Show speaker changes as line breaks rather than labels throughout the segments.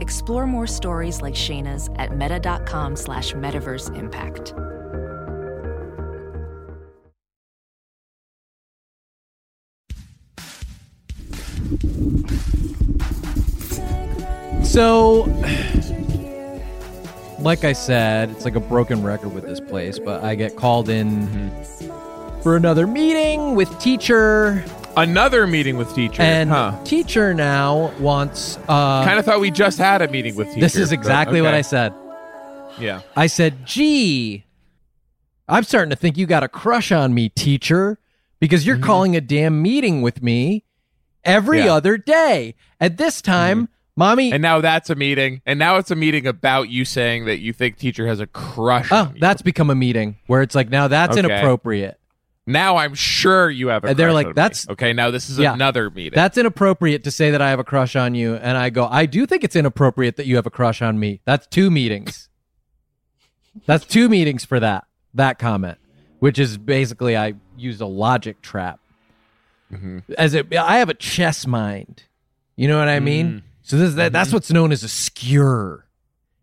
Explore more stories like Shayna's at meta.com slash metaverse impact.
So, like I said, it's like a broken record with this place, but I get called in for another meeting with teacher,
Another meeting with teacher.
and
huh.
teacher now wants. Uh,
Kind of thought we just had a meeting with teacher.
this is
but
exactly what
okay.
I said.
Yeah.
I said, "Gee, I'm starting to think you got a crush on me, teacher, because you're calling a damn meeting with me every
Mm-hmm. Yeah. Mm-hmm.
other day. At this time, mommy,
And now that's a meeting. And now it's a meeting about you saying that you think teacher has a crush.
oh,
on you.
that's become a meeting where it's like now that's
Okay.
inappropriate."
now I'm sure you have a.
And they're
crush
like,
on me.
that's-
okay. Now this is
Yeah.
another meeting.
That's inappropriate to say that I have a crush on you. And I go, I do think it's inappropriate that you have a crush on me. That's two meetings. That's two meetings for that, that comment, which is basically I used a logic trap.
Mm-hmm.
As it, I have a chess mind. You know what I mean?
Mm-hmm.
So this, that, that's what's known as a skewer.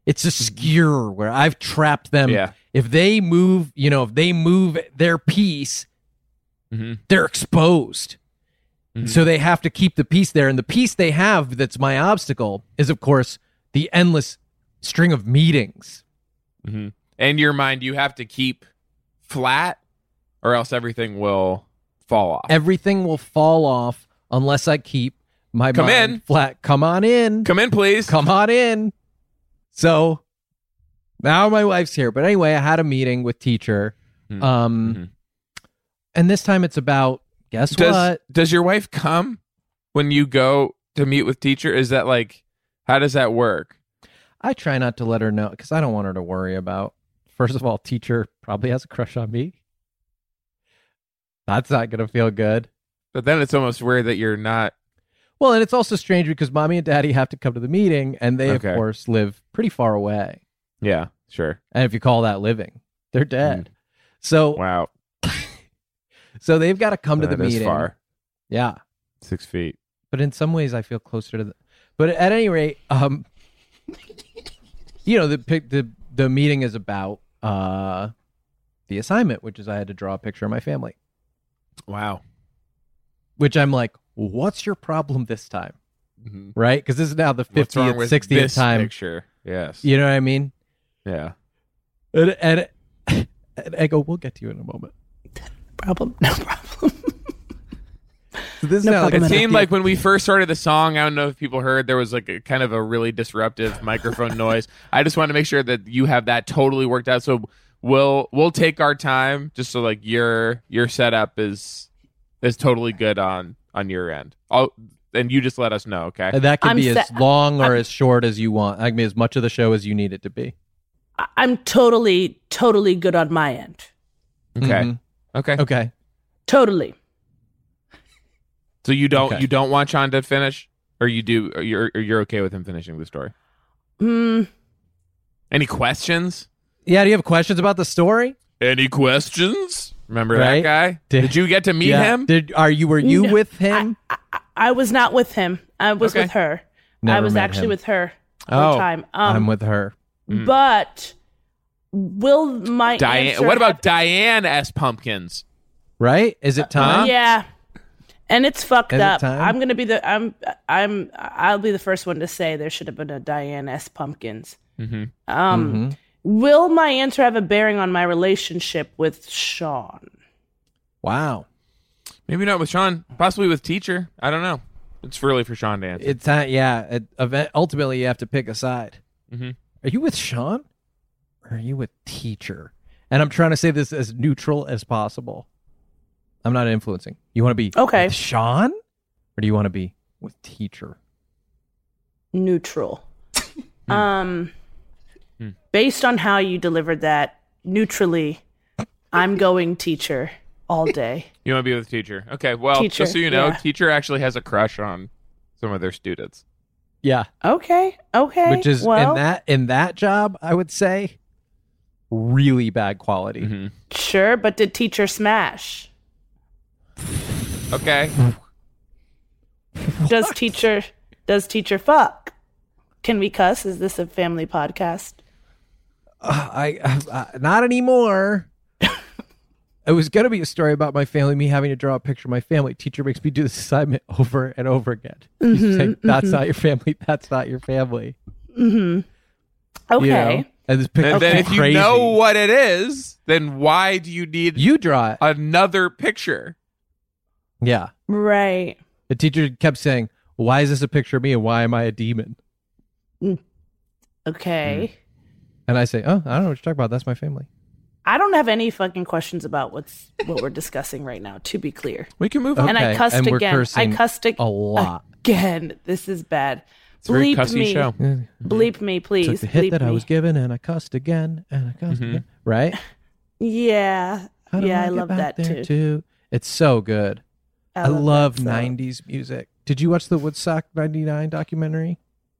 It's a skewer where I've trapped them.
Mm-hmm. Yeah.
If they move, you know, if they move their piece,
Mhm.
they're exposed.
Mm-hmm.
So they have to keep the piece there. And the piece they have that's my obstacle is, of course, the endless string of meetings.
mm-hmm. In your mind, you have to keep flat, or else everything will fall off.
Everything will fall off unless I keep my
Come
mind
in.
flat. Come on in.
Come in, please.
Come on in. So now my wife's here. But anyway, I had a meeting with teacher.
Mhm.
Um,
Mhm.
And this time it's about, guess
does
what?
does your wife come when you go to meet with teacher? Is that like how does that work?
I try not to let her know because I don't want her to worry about. First of all, teacher probably has a crush on me. That's not gonna feel good.
But then it's almost weird that you're not.
Well, and it's also strange because mommy and daddy have to come to the meeting, and they
Okay.
of course live pretty far away.
Yeah, sure. Mm.
And if you call that living, they're dead. So,
Wow,
so they've got to come to
That
the
is
meeting.
far.
Yeah,
six feet.
but in some ways, I feel closer to the. But at any rate, um, you know the pic- the the meeting is about uh, the assignment, which is I had to draw a picture of my family.
Wow.
which I'm like, what's your problem this time?
Mhm.
Right? Because this is now the
What's wrong
50th,
with
60th
this
time.
Picture. Yes.
You know what I mean?
Yeah.
And, and, and I go, we'll get to you in a moment.
problem. No problem.
So this
No
is now like
It
problem
a
at all.
seemed like when we first started the song, I don't know if people heard, there was like a kind of a really disruptive microphone noise. I just want to make sure that you have that totally worked out. So we'll we'll take our time just so like your your setup is is totally good on on your end. i and you just let us know, okay?
And that can
I'm
be
sa-
as long or as short as you want. I mean, as much of the show as you need it to be.
I- I'm totally, totally good on my end.
Okay.
Mhm.
Okay.
Okay.
Totally.
So you don't
Okay.
you don't want Sean to finish, or you do, or you're or you're okay with him finishing the story?
Mm,
Any questions?
Yeah. Do you have questions about the story?
Any questions? Remember
Right?
that guy?
Did-
Did, you get to meet
yeah.
him?
Did are you were you
No,
with him?
I, I, I was not with him. I was
Okay.
with her. I
Never
was
met
actually
him.
with her the
Oh,
time.
I'm
Um,
with her.
but will my
Diane.
answer
What about
have-
Diane S. Pumpkins?
Right? Is it time?
uh, Yeah. And it's fucked
Is it
up.
time?
I'm gonna be the I'm I'm I'll be the first one to say there should have been a Diane S. Pumpkins. Um,
Mhm.
Will my answer have a bearing on my relationship with Sean?
Wow.
Maybe not with Sean. Possibly with teacher. I don't know. It's really for Sean to answer.
It's uh, yeah. It, event, ultimately, you have to pick a side.
Mhm.
Are you with Sean? Or are you with teacher? And I'm trying to say this as neutral as possible. I'm not influencing. You want to be
Okay.
with Sean, or do you want to be with teacher? Hmm.
Neutral. um, based on how you delivered that neutrally, I'm going teacher all day.
You want to be with a teacher? Okay. Well,
Teacher,
just so you know,
yeah.
teacher actually has a crush on some of their students.
Yeah.
Okay. Okay.
Which is
well,
in that in that job, I would say, really bad quality.
sure, but did teacher smash?
Okay.
Does teacher does teacher fuck? Can we cuss? Is this a family podcast?
Uh, I, I- I- not anymore. it was gonna be a story about my family, me having to draw a picture of my family. Teacher makes me do this assignment over and over again.
Mm-hmm,
She's like, that's not your family. That's not your family.
Okay.
You know? And this picture.
And then if you
crazy.
know what it is, then why do you need
you draw it.
another picture?
Yeah.
Right.
The teacher kept saying, "Why is this a picture of me? And why am I a demon?"
Okay.
Hmm. And I say, "Oh, I don't know what you're talking about. That's my family."
I don't have any fucking questions about what's what we're discussing right now, to be clear.
We can move
Okay.
on.
And I cussed
and we're
again. I
cursing
cussed ag-
a lot.
again. This is bad.
It's a very
Bleep
cussy
me.
show.
Bleep me, please.
Took the hit
Bleep
that I
me.
was given, and I cussed again, and I
Mm-hmm.
cussed again. Right?
Yeah.
How do
yeah, I
get
love
back
that
there
too.
It's so good. I,
that
love,
song.
90s music. Did you watch the Woodstock 99 documentary?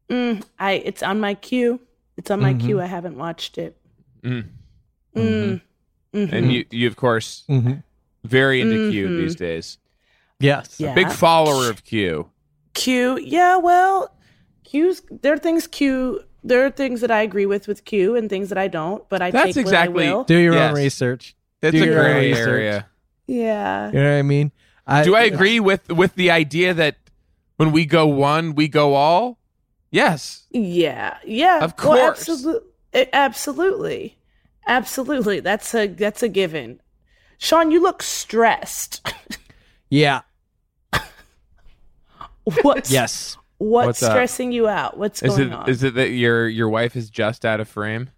Mm, I it's on my queue. It's on my
Mhm.
queue. I haven't watched it.
Mm.
Mm. Mhm.
And you, you of course,
Mm-hmm.
very into
Mhm.
Q these days.
Yes.
Yeah.
Big follower of Q.
Q. Yeah, well, Q's there are things Q there are things that I agree with with Q and things that I don't, but I
That's
take
exactly-
what I will.
Do your
Yes.
own research.
That's
Do
a
your own
gray
research.
area.
Yeah.
You know what I mean? I,
Do I agree with with the idea that when we go one, we go all? Yes.
Yeah. Yeah.
Of
Well,
course.
absolu- eh, absolutely. Absolutely. That's a that's a given. Sean, you look stressed.
Yeah.
What's
Yes.
what's,
What's up?
stressing you out? What's
Is
going
it
on?
is it that your your wife is just out of frame?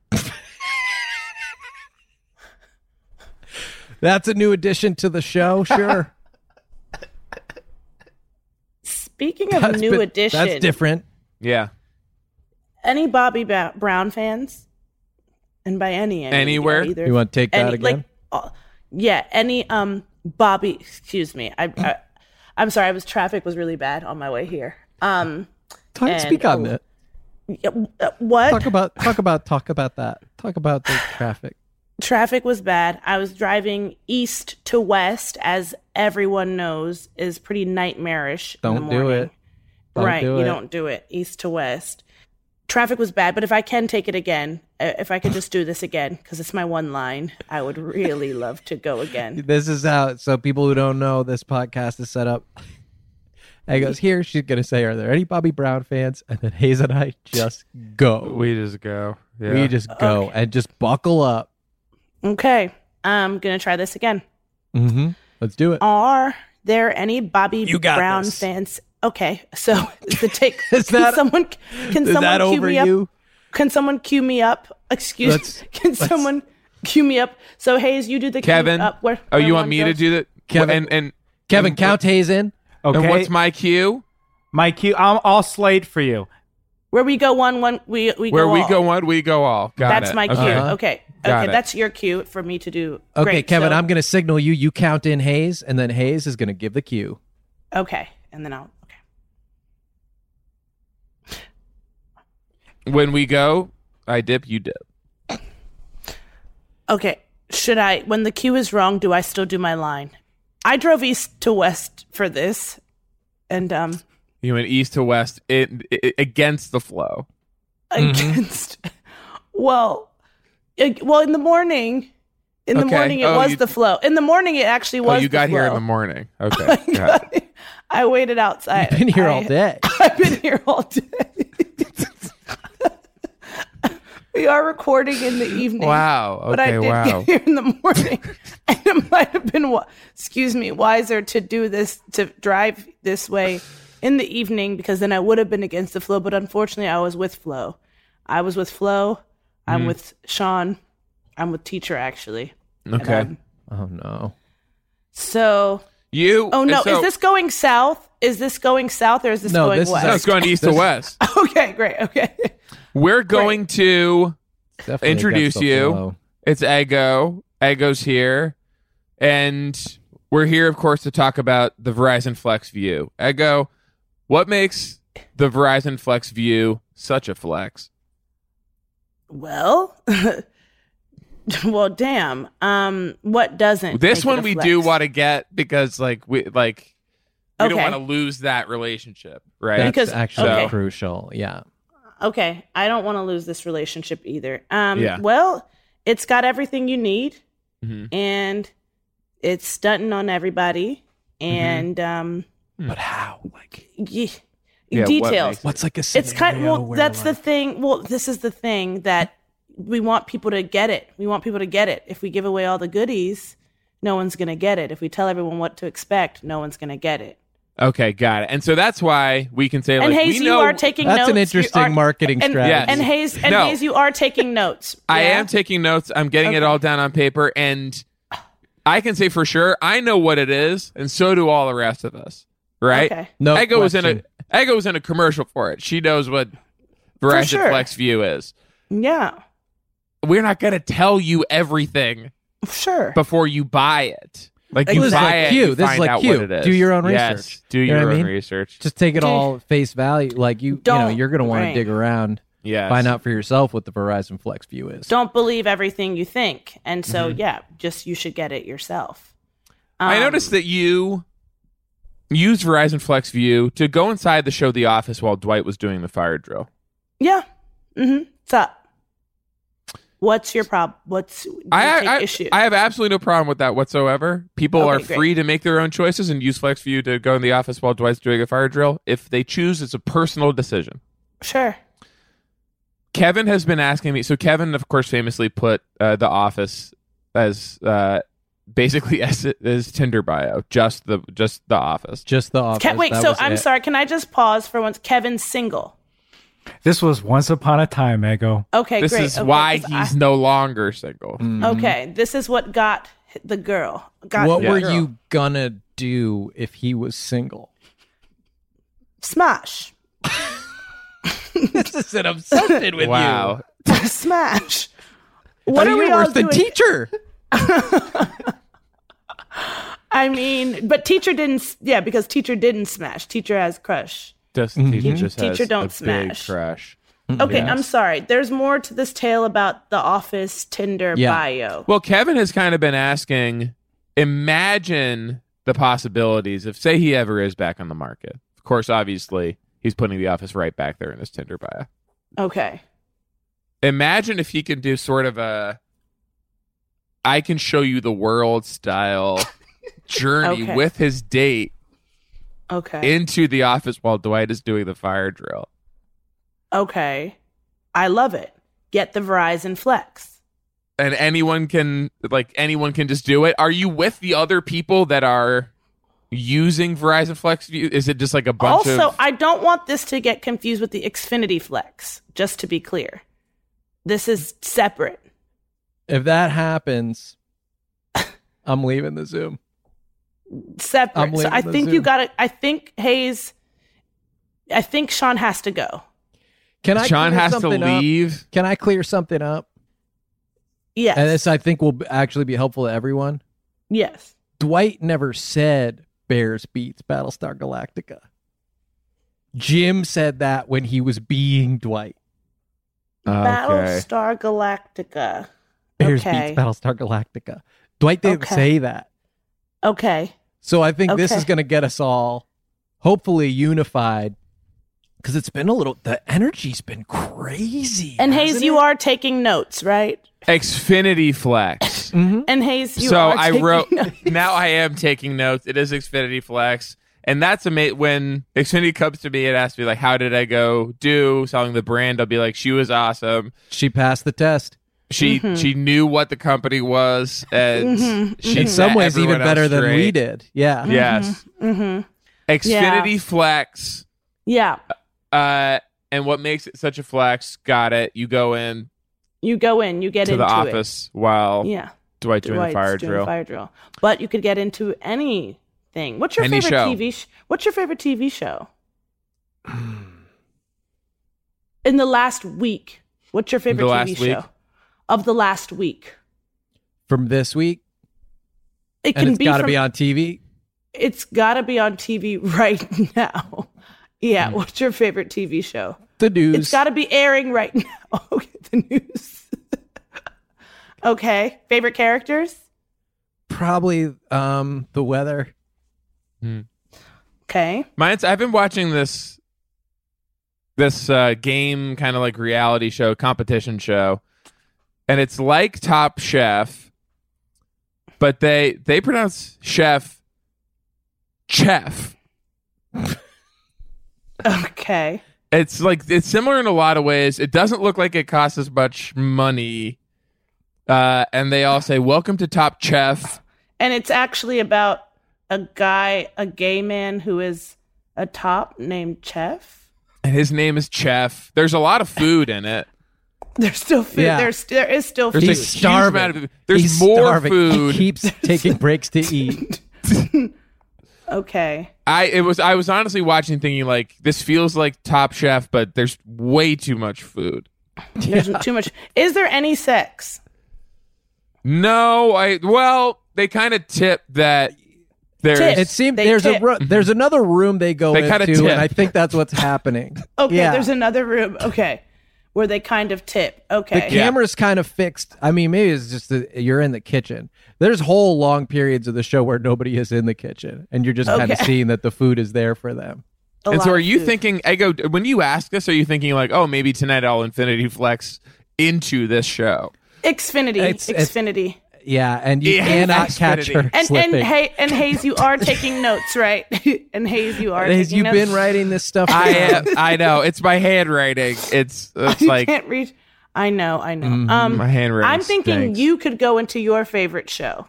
That's a new addition to the show. Sure.
Speaking of
That's
new
been-
edition,
That's different.
Yeah.
Any Bobby ba- Brown fans? And by any, I mean,
Anywhere?
you know, either
You want to take that
any,
again?
Like, uh, yeah, any um Bobby. Excuse me. I, I I'm sorry. I was traffic was really bad on my way here. Um,
Talk,
and-
speak on
oh.
that.
yeah, w- uh, what
Talk about talk about talk about that. Talk about the traffic.
traffic was bad. I was driving east to west, as everyone knows, is pretty nightmarish. in the
Don't do
morning.
it. Don't
right,
do
you
it.
don't do it east to west. Traffic was bad, but if I can take it again, uh, if I could just do this again, because it's my one line, I would really love to go again.
This is how. So people who don't know, this podcast is set up. And he goes here. She's gonna say, "Are there any Bobby Brown fans?" And then Hayes and I just go.
We just go. Yeah.
We just go and just buckle up.
Okay, I'm gonna try this again.
Mm-hmm. Let's do it.
Are there any Bobby
You got
Brown
this.
fans? Okay, so is the take.
Is
can
that-
someone? Can
Is
someone
that
cue
over
me up?
you?
Can someone cue me up? Excuse.
Let's-
can someone cue me up? So Hayes, you do the cue
Kevin.
up. Where,
oh,
where
you want
one
me to
goes.
do that?
Kevin-
and and
Kevin,
and-
count Hayes in.
Okay.
And what's my cue?
my cue? I'm all slayed for you.
Where we go one, one we we
Where
go
we
all.
go one, we go all. Got
that's
it.
my cue.
Okay.
Uh-huh.
Okay.
Got
okay,
it.
that's your cue for me to do.
Okay,
Great,
Kevin,
so-
I'm gonna signal you. You count in Hayes, and then Hayes is gonna give the cue.
Okay, and then I'll. Okay.
When we go, I dip, you dip.
Okay. Should I? When the cue is wrong, do I still do my line? I drove east to west for this, and um,
You went east to west in, i against the flow. Mm-hmm.
against. Well, it- well, in the morning. In the
Okay.
morning, it
Oh,
was
you-
the flow. In the morning, it actually
Oh,
was.
you
the
got here in
flow.
the morning. Okay. got it.
I waited outside.
Been here
I-
all day.
I've been here all day. we are recording in the evening.
Wow.
But I
Okay.
did
Wow.
get here in the morning, and it might have been, wa- excuse me, wiser to do this to drive this way in the evening because then I would have been against the flow. But unfortunately, I was with Flo. I was with Flo. I'm with Sean. I'm with teacher actually.
Okay.
Um,
Oh no.
So,
You.
oh no,
so-
is this going south? Is this going south or is this
No,
going
this is
west?
No, it's going east to
This-
west.
okay, great. Okay.
We're going to
Definitely
Introduce
against the
you.
flow.
It's Ego. Ego's here. And we're here, of course, to talk about the Verizon Flex View. Ego, what makes the Verizon Flex View such a flex?
Well, well, damn. Um, what doesn't?
This
make it
one
a
we
flex?
do want to get because, like, we like we don't
Okay.
want to lose that relationship,
That's
right?
Because-
actually
okay.
crucial. Yeah.
Okay, I don't want to lose this relationship either. Um,
Yeah.
well, it's got everything you need,
Mhm.
and it's stunting on everybody,
Mm-hmm.
and um,
But how? Like,
yeah,
Yeah, what
details.
makes it-
what's like a
it's kind.
scenario
Well,
where,
that's the
like-
thing. Well, this is the thing that we want people to get it. We want people to get it. If we give away all the goodies, no one's gonna get it. If we tell everyone what to expect, no one's gonna get it.
Okay, got it. And so that's why we can say, like,
and Hayes,
we
you
know,
are taking
That's
notes.
an
You
interesting
are-
marketing
and,
strategy.
And Hayes, and
No.
Hayes, you are taking notes.
I
yeah?
am taking notes. I'm getting it
Okay.
all down on paper, and I can say for sure I know what it is, and so do all the rest of us, right?
Okay.
No
Ego was in a
question.
Ego was in a commercial for it. She knows what Verizon
sure.
Flex View is.
Yeah,
We're not going to tell you everything
sure.
before you buy it. Like
This
you
is
buy
like
it,
Q.
you
This is
find
like
out
Q.
what it is.
Do your own
Yes,
research.
Do
You know
your
what I
own
mean?
research.
Just take it all face value. Like you, you know,
Don't-
you're gonna want
right.
to dig around,
Yes.
find out for yourself what the Verizon Flex View is.
Don't believe everything you think, and so yeah, just you should get it yourself.
Mm-hmm. I
Um,
noticed that you used Verizon Flex View to go inside the show The Office while Dwight was doing the fire drill.
Yeah. Mm-hmm. What's up? What's your problem? What's do you take
I, I,
issue?
I have absolutely no problem with that whatsoever. People
Okay,
are
great.
free to make their own choices and use Flex View to go in the office while Dwight's doing a fire drill. If they choose, it's a personal decision.
sure.
Kevin has been asking me. So Kevin, of course, famously put uh, the office as uh, basically as his Tinder bio, just the just the office.
Just the office.
Ke- wait,
Oh, That
so
was
I'm
it.
sorry. Can I just pause for once? Kevin's single.
This was once upon a time, Ego.
Okay,
this
great.
is
okay,
why
'cause
he's
I-
no longer single.
Mm. okay. This is what got the girl. Got
What
the
were
girl.
you gonna do if he was single?
Smash.
this is an obsession with
Wow.
Smash. What are
you're
we all
worse
doing?
than teacher.
I mean, but teacher didn't. s- Yeah, because teacher didn't smash. Teacher has crush.
Just teacher just
Teacher
has
don't
a big
smash.
crush.
Okay, um, I'm sorry. There's more to this tale about the office Tinder
Yeah.
bio.
Well, Kevin has kind of been asking, imagine the possibilities if say he ever is back on the market. Of course, obviously, he's putting the office right back there in his Tinder bio.
Okay.
Imagine if he can do sort of a I can show you the world style journey
Okay.
with his date
Okay.
into the office while Dwight is doing the fire drill.
okay. I love it. Get the Verizon Flex.
And anyone can like anyone can just do it. Are you with the other people that are using Verizon Flex View? Is it just like a bunch of
also, I don't want this to get confused with the Xfinity Flex, just to be clear. This is separate.
If that happens, I'm leaving the Zoom. I'm
Separate. So
leaving
I
the
think you
Zoom.
got to I think Hayes I think Sean has to go.
Can I?
Sean
clear
has to
something up?
leave.
Can I clear something up?
Yes.
And this I think will b- actually be helpful to everyone.
yes.
Dwight never said Bears beats Battlestar Galactica. Jim said that when he was being Dwight.
Battlestar Galactica.
Bears
Okay.
beats Battlestar Galactica. Dwight didn't
Okay.
say that.
Okay.
So I think this
Okay.
is going to get us all hopefully unified because it's been a little, the energy's been crazy.
And Hayes, you are taking notes, right?
Xfinity Flex.
And Hayes, you
Hmm? so
are
I
taking
wrote.
notes.
Now I am taking notes. It is Xfinity Flex, and that's amazing. When Xfinity comes to me and asks me like, "How did I go do selling the brand?" I'll be like, "She was awesome.
She passed the test.
She
Mm-hmm.
she knew what the company was, and
Mm-hmm.
she
In some
set
ways, even
everyone else
better than we
straight."
did. Yeah.
Yes,
Mhm.
Xfinity Flex.
Yeah.
Uh, and what makes it such a flex? Got it. You go in
You go in, you get
to the
into
office while
it. Yeah.
Dwight doing
Dwight's
the fire
doing
drill.
fire drill. But you could get into anything. What's your
Any
favorite
show.
TV sh- What's your favorite TV show? In the last week, what's your favorite
the last
TV
week?
show? of the last week.
from this week,
It
and
can
it's
be,
got to
from-
be on TV.
It's got to be on TV right now. Yeah,
Hmm.
what's your favorite TV show?
The news.
It's got to be airing right now. okay, the news. okay, favorite characters?
probably um the weather.
Okay.
Mine's I've been watching this this uh, game kind of like reality show competition show, and it's like Top Chef, but they they pronounce chef chef.
Okay.
It's like it's similar in a lot of ways. It doesn't look like it costs as much money, uh, and they all say "Welcome to Top Chef."
And it's actually about a guy, a gay man who is a top named Chef.
And his name is Chef. There's a lot of food in it.
There's still food.
Yeah.
There's there is still food.
There's
He's
a huge
starving.
amount of- there's
He's
more
starving.
food.
He keeps taking breaks to eat.
okay.
I it was I was honestly watching thinking like this feels like Top Chef, but there's way too much food.
There's too much. Is there any sex?
No, I well, they kind of tip that there's
Tip.
It seemed
They
there's a
tip.
ru- there's another room they go
Mm-hmm. They kinda
into,
tip.
and I think that's what's happening.
Okay,
Yeah.
there's another room. Okay. Where they kind of tip.
The
Okay.
camera's kind of fixed. I mean, maybe it's just that you're in the kitchen. There's whole long periods of the show where nobody is in the kitchen, and you're just kind of
Okay.
seeing that the food is there for them.
A
and
lot
so are
of
you
food.
thinking Ego when you ask this, are you thinking like, oh maybe tonight I'll infinity flex into this show?
Xfinity.
It's- it's-
Xfinity.
Yeah, and you
Yeah,
cannot
that's
catch
pretty.
her
and
slipping.
and hey and Hayes, you are taking notes, right? and Hayes, you are
Hayes,
taking
you've
notes.
been writing this stuff.
I
down.
am, I know. It's my handwriting. It's it's
You
like
can't read I know, I know.
Mm-hmm.
um
my handwriting.
I'm thinking
stinks.
you could go into your favorite show.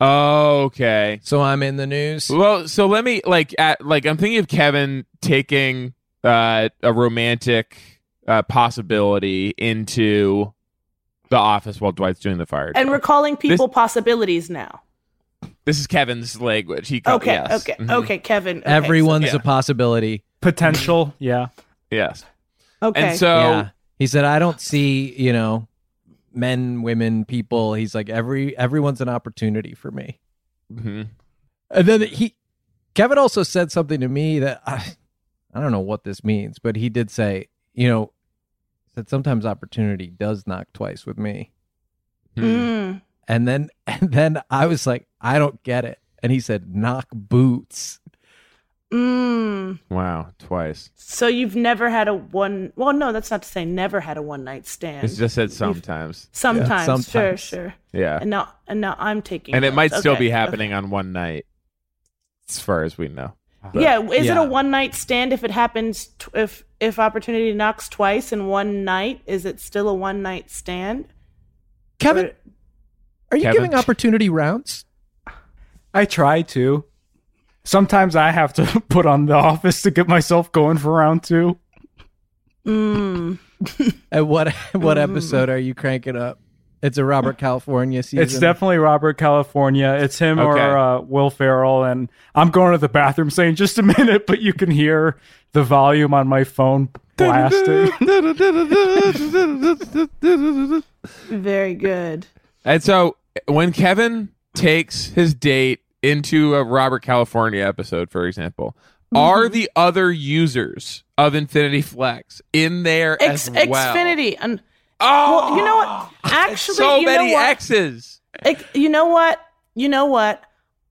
Okay.
So I'm in the news.
Well, so let me like at, like I'm thinking of Kevin taking uh, a romantic uh, possibility into the office while Dwight's doing the fire.
And
drill.
we're calling people possibilities now.
this is Kevin's language. He called,
Okay,
yes.
okay,
Mhm.
okay, Kevin. Okay,
Everyone's
yeah.
a possibility.
Potential, yeah.
Yes.
so- okay.
And so
Yeah. He said, I don't see, you know, men, women, people. He's like, every everyone's an opportunity for me.
Mhm.
And then he Kevin also said something to me that I I don't know what this means, but he did say, you know, that sometimes opportunity does knock twice with me.
Mhm.
Mm.
And then and then I was like, I don't get it. And he said, knock boots.
Mm.
wow, twice.
So you've never had a one well no, that's not to say never had a one night stand.
It's just said sometimes.
sometimes, sure,
sometimes.
sure.
Yeah.
And now and now I'm taking
And it
notes.
might still
Okay,
be
okay.
happening on one night, as far as we know. But-
yeah, is it
yeah.
a one night stand if it happens t- if if opportunity knocks twice in one night? Is it still a one night stand?
Kevin, are you
Kevin?
giving opportunity rounds?
I try to. Sometimes I have to put on the office to get myself going for round two.
Mm.
And what what episode are you cranking up? It's a Robert California season.
It's definitely Robert California. It's him
Okay.
or uh, Will Ferrell. And I'm going to the bathroom saying just a minute, but you can hear the volume on my phone blasting.
Very good.
And so when Kevin takes his date into a Robert California episode, for example,
Mm-hmm.
are the other users of Infinity Flex in there
X,
as well?
Xfinity. And,
Oh,
well, you know what? Actually,
so
you
many
know what?
X's.
Ex- you know what? You know what?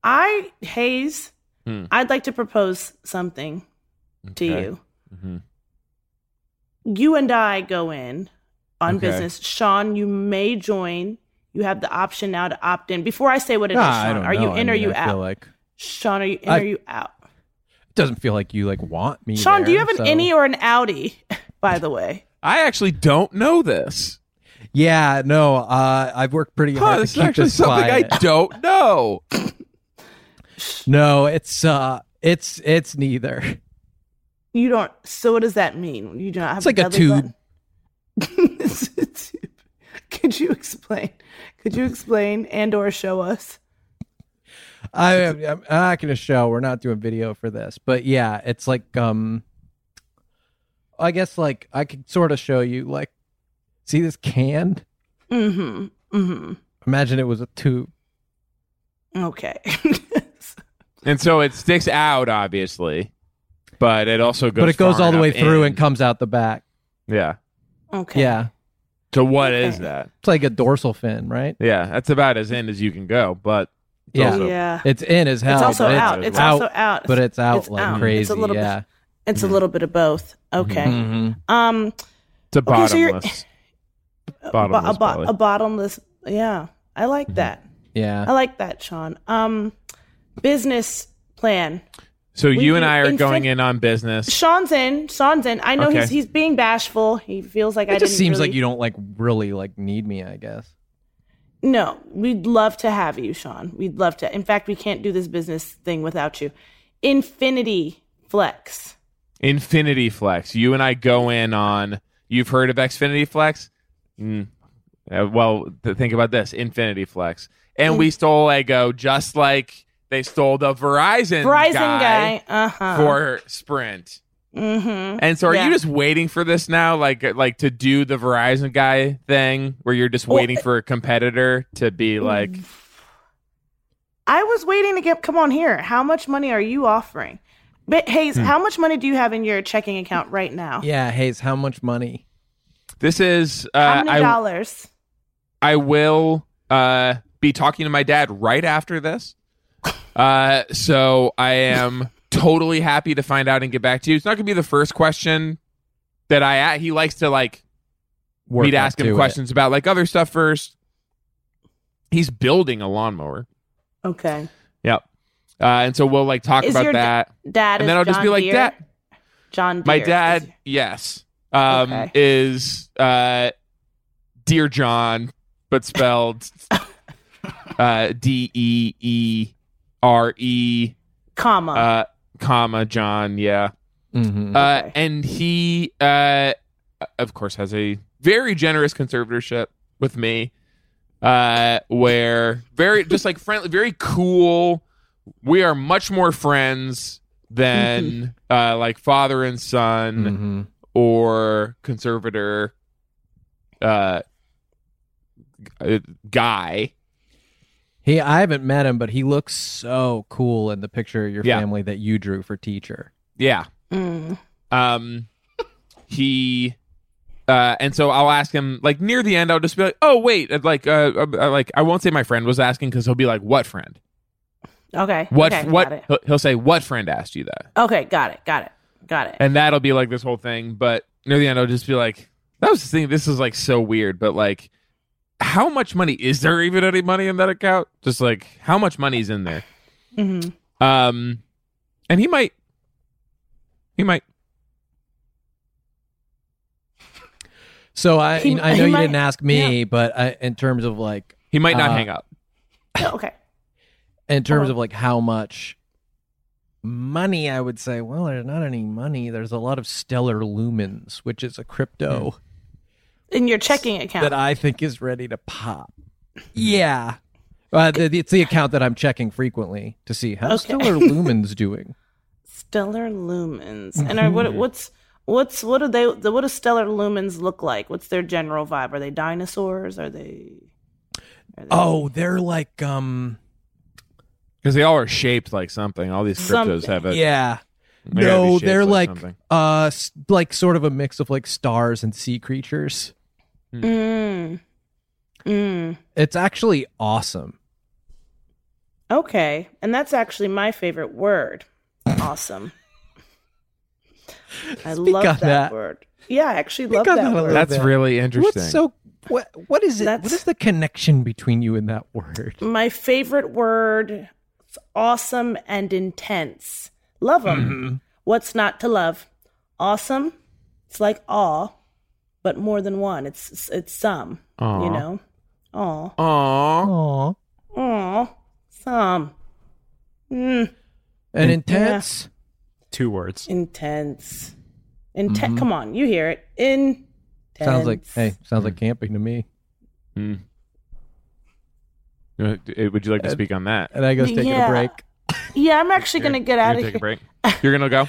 I Hayes,
Hmm.
I'd like to propose something to
Okay.
you.
Mm-hmm.
Mhm.
You and I go in on
Okay.
business. Sean, you may join. You have the option now to opt in. Before I say what it is,
Nah, Ah, I
Sean,
don't
are you
know.
in
I
or
mean,
you
I feel
out?
Like
Sean, are you in
I-
or you out?
it doesn't feel like you like want me.
Sean, do
there,
you have an
so-
innie or an outie? By the way,
I actually don't know this.
Yeah, no. Uh, I've worked pretty hard
Huh,
to
this is
keep
actually
this
something
quiet.
I don't know.
no, it's uh, it's it's neither.
you don't. So what does that mean? You do not have
It's like a
belly
tube.
button? It's a tube. Could you explain? Could you explain and or show us?
I, I'm I'm not going to show. We're not doing video for this, but yeah, it's like um, I guess like I could sort of show you like See this can?
Mm
Mm-hmm.
hmm. Mm
Imagine it was a tube.
hmm. Okay.
And so it sticks out, obviously, but it also goes.
but it goes
far
all the way
enough
through
in.
and comes out the back.
Yeah.
okay.
Yeah.
So what is
Okay.
that?
It's like a dorsal fin, right?
Yeah, that's about as in as you can go. But It's
Yeah.
also-
Yeah.
It's in as hell.
It's also
but
out. It's
out,
also out.
But it's out
It's
like
out. It's a
crazy.
little bit-
yeah.
It's a little bit of both. Okay.
Mhm.
Um,
it's a
Okay, so you're-
bottomless.
a bo-
bottomless.
a, bo- uh,
belly.
a bottomless. Yeah, I
Mm-hmm.
like that. I
Yeah.
like that, Sean. Um, business plan.
so you and
do
I are
infant-
going in on business.
Sean's in. Sean's in. I know
Okay.
he's he's being bashful. He feels like I
It just
didn't
seems
really-
like you don't like really like need me, I guess.
No, we'd love to have you, Sean. We'd love to. In fact, we can't do this business thing without you. Infinity flex.
Infinity Flex. You and I go in on. You've heard of Xfinity Flex? Mm. Uh, well, th- think about this Infinity Flex. And
Mm.
we stole Lego just like they stole the Verizon,
Verizon guy. Uh huh.
for Sprint.
Mm-hmm.
And so, are
Yeah.
you just waiting for this now, like like to do the Verizon guy thing, where you're just waiting for a competitor to
mm.
be like,
I was waiting to get. Come on here. How much money are you offering? But Hayes,
Hmm.
how much money do you have in your checking account right now?
Oh. Yeah, Hayes, how much money?
this is uh,
How many
I
dollars?
I will uh, be talking to my dad right after this. Uh, so I am totally happy to find out and get back to you. It's not gonna be the first question that I a- he likes to like
Work
me to
up
ask
to
him
it.
questions about like other stuff first. He's building a lawnmower.
Okay.
Yep. Uh, and so we'll like talk
Is
about
your d-
that.
Dad.
and
is
then I'll just
John
be like,
Deere?
Dad,
John. Deere
my
is-
dad, yes, um,
Okay.
is uh, dear John, but spelled uh, D E E R E,
comma.
uh, comma John, yeah.
Mhm.
Uh,
Mm. Okay.
and he, uh, of course, has a very generous conservatorship with me, uh, where very just like friendly, very cool. We are much more friends than uh, like father and son
Mm.
Mhm.
or conservator uh, g- uh, guy.
He I haven't met him, but he looks so cool in the picture of your
Yeah.
family that you drew for teacher.
Yeah.
Mm.
um he uh and so i'll ask him like near the end i'll just be like oh wait and, like uh, uh uh, like i won't say my friend was asking because he'll be like what friend
Okay.
what
Okay,
what
Got it.
he'll, he'll say what friend asked you that
Okay. Got it. Got it. Got it.
and that'll be like this whole thing but near the end i'll just be like that was the thing this is like so weird but like how much money is there even any money in that account just like how much money's in there
Mhm.
um and he might he might
So I
He-
I know
he
you
might-
didn't ask me, but I, in terms of like
he might not
Uh,
hang up
Okay.
in terms
Uh-huh.
of like how much money i would say well there's not any money there's a lot of stellar lumens which is a
Hmm.
crypto
In your checking
that
account.
i think is ready to pop yeah uh, the, the- it's the account that i'm checking frequently to see how
Okay.
stellar lumens doing
stellar lumens. And are,
Mm-hmm.
what what's what's what do they what do stellar lumens look like? What's their general vibe? Are they dinosaurs? Are they? are they-
oh they're like um
Because they all are shaped like something. All these cryptos
Something.
have a
yeah
they gotta be
no
shaped
they're like,
something.
uh s- like sort of a mix of like stars and sea creatures Hmm.
Mm. Mm.
it's actually awesome
Okay, and that's actually my favorite word. Awesome. I love
on
that,
that.
word. Yeah, I actually love
on
that
that a
word.
little
that's
bit.
really interesting.
What's so what? What is it? what
That's-
is the connection between you and that word?
My favorite word. It's awesome and intense. Love them.
Mm-hmm.
What's not to love? Awesome. It's like awe, but more than one. It's it's some. You know. Aw.
Aww.
Aw,
Aw. Some. Mm.
and intense.
Two words.
Intense. Intense.
Mm-hmm.
Come on, you hear it. Intense.
Sounds like hey, sounds like camping to me.
Uh, Would you like to speak on that?
And I goes taking
Yeah.
a break.
Yeah, I'm actually gonna get
You're
out
gonna
of
take
here.
a break. You're gonna go.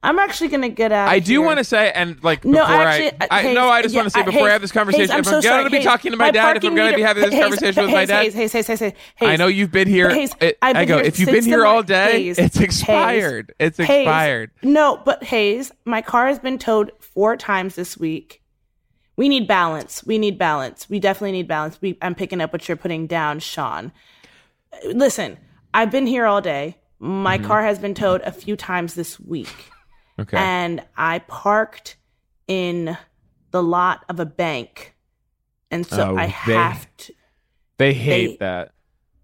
I'm actually gonna get out.
I do want to say, and like
No,
before
actually,
I,
uh,
I
Hayes,
no, I just
yeah,
want to say
uh,
before I
Hayes,
have this conversation,
Hayes,
if
I'm
I'm
so
going
sorry,
to be
Hayes,
talking to my, dad, if
parking
I'm going to be
meter-
having this
Hayes,
conversation with my
Hayes,
dad,
Hayes, Hayes, Hayes, Hayes, Hayes,
I know you've been here.
Hayes,
it-
I've
I
been
go,
here
if you've
since
been
the
here all
night.
day,
Hayes,
it's
Hayes,
expired. It's
Hayes,
expired.
No, but Hayes, my car has been towed four times this week. We need balance. We need balance. We definitely need balance. We, I'm picking up what you're putting down, Sean. Uh, Listen, I've been here all day.
Mm-hmm.
My car has been towed a few times this week
Okay.
and I parked in the lot of a bank, and so
Oh,
I
they-
have to.
they hate
they-
that.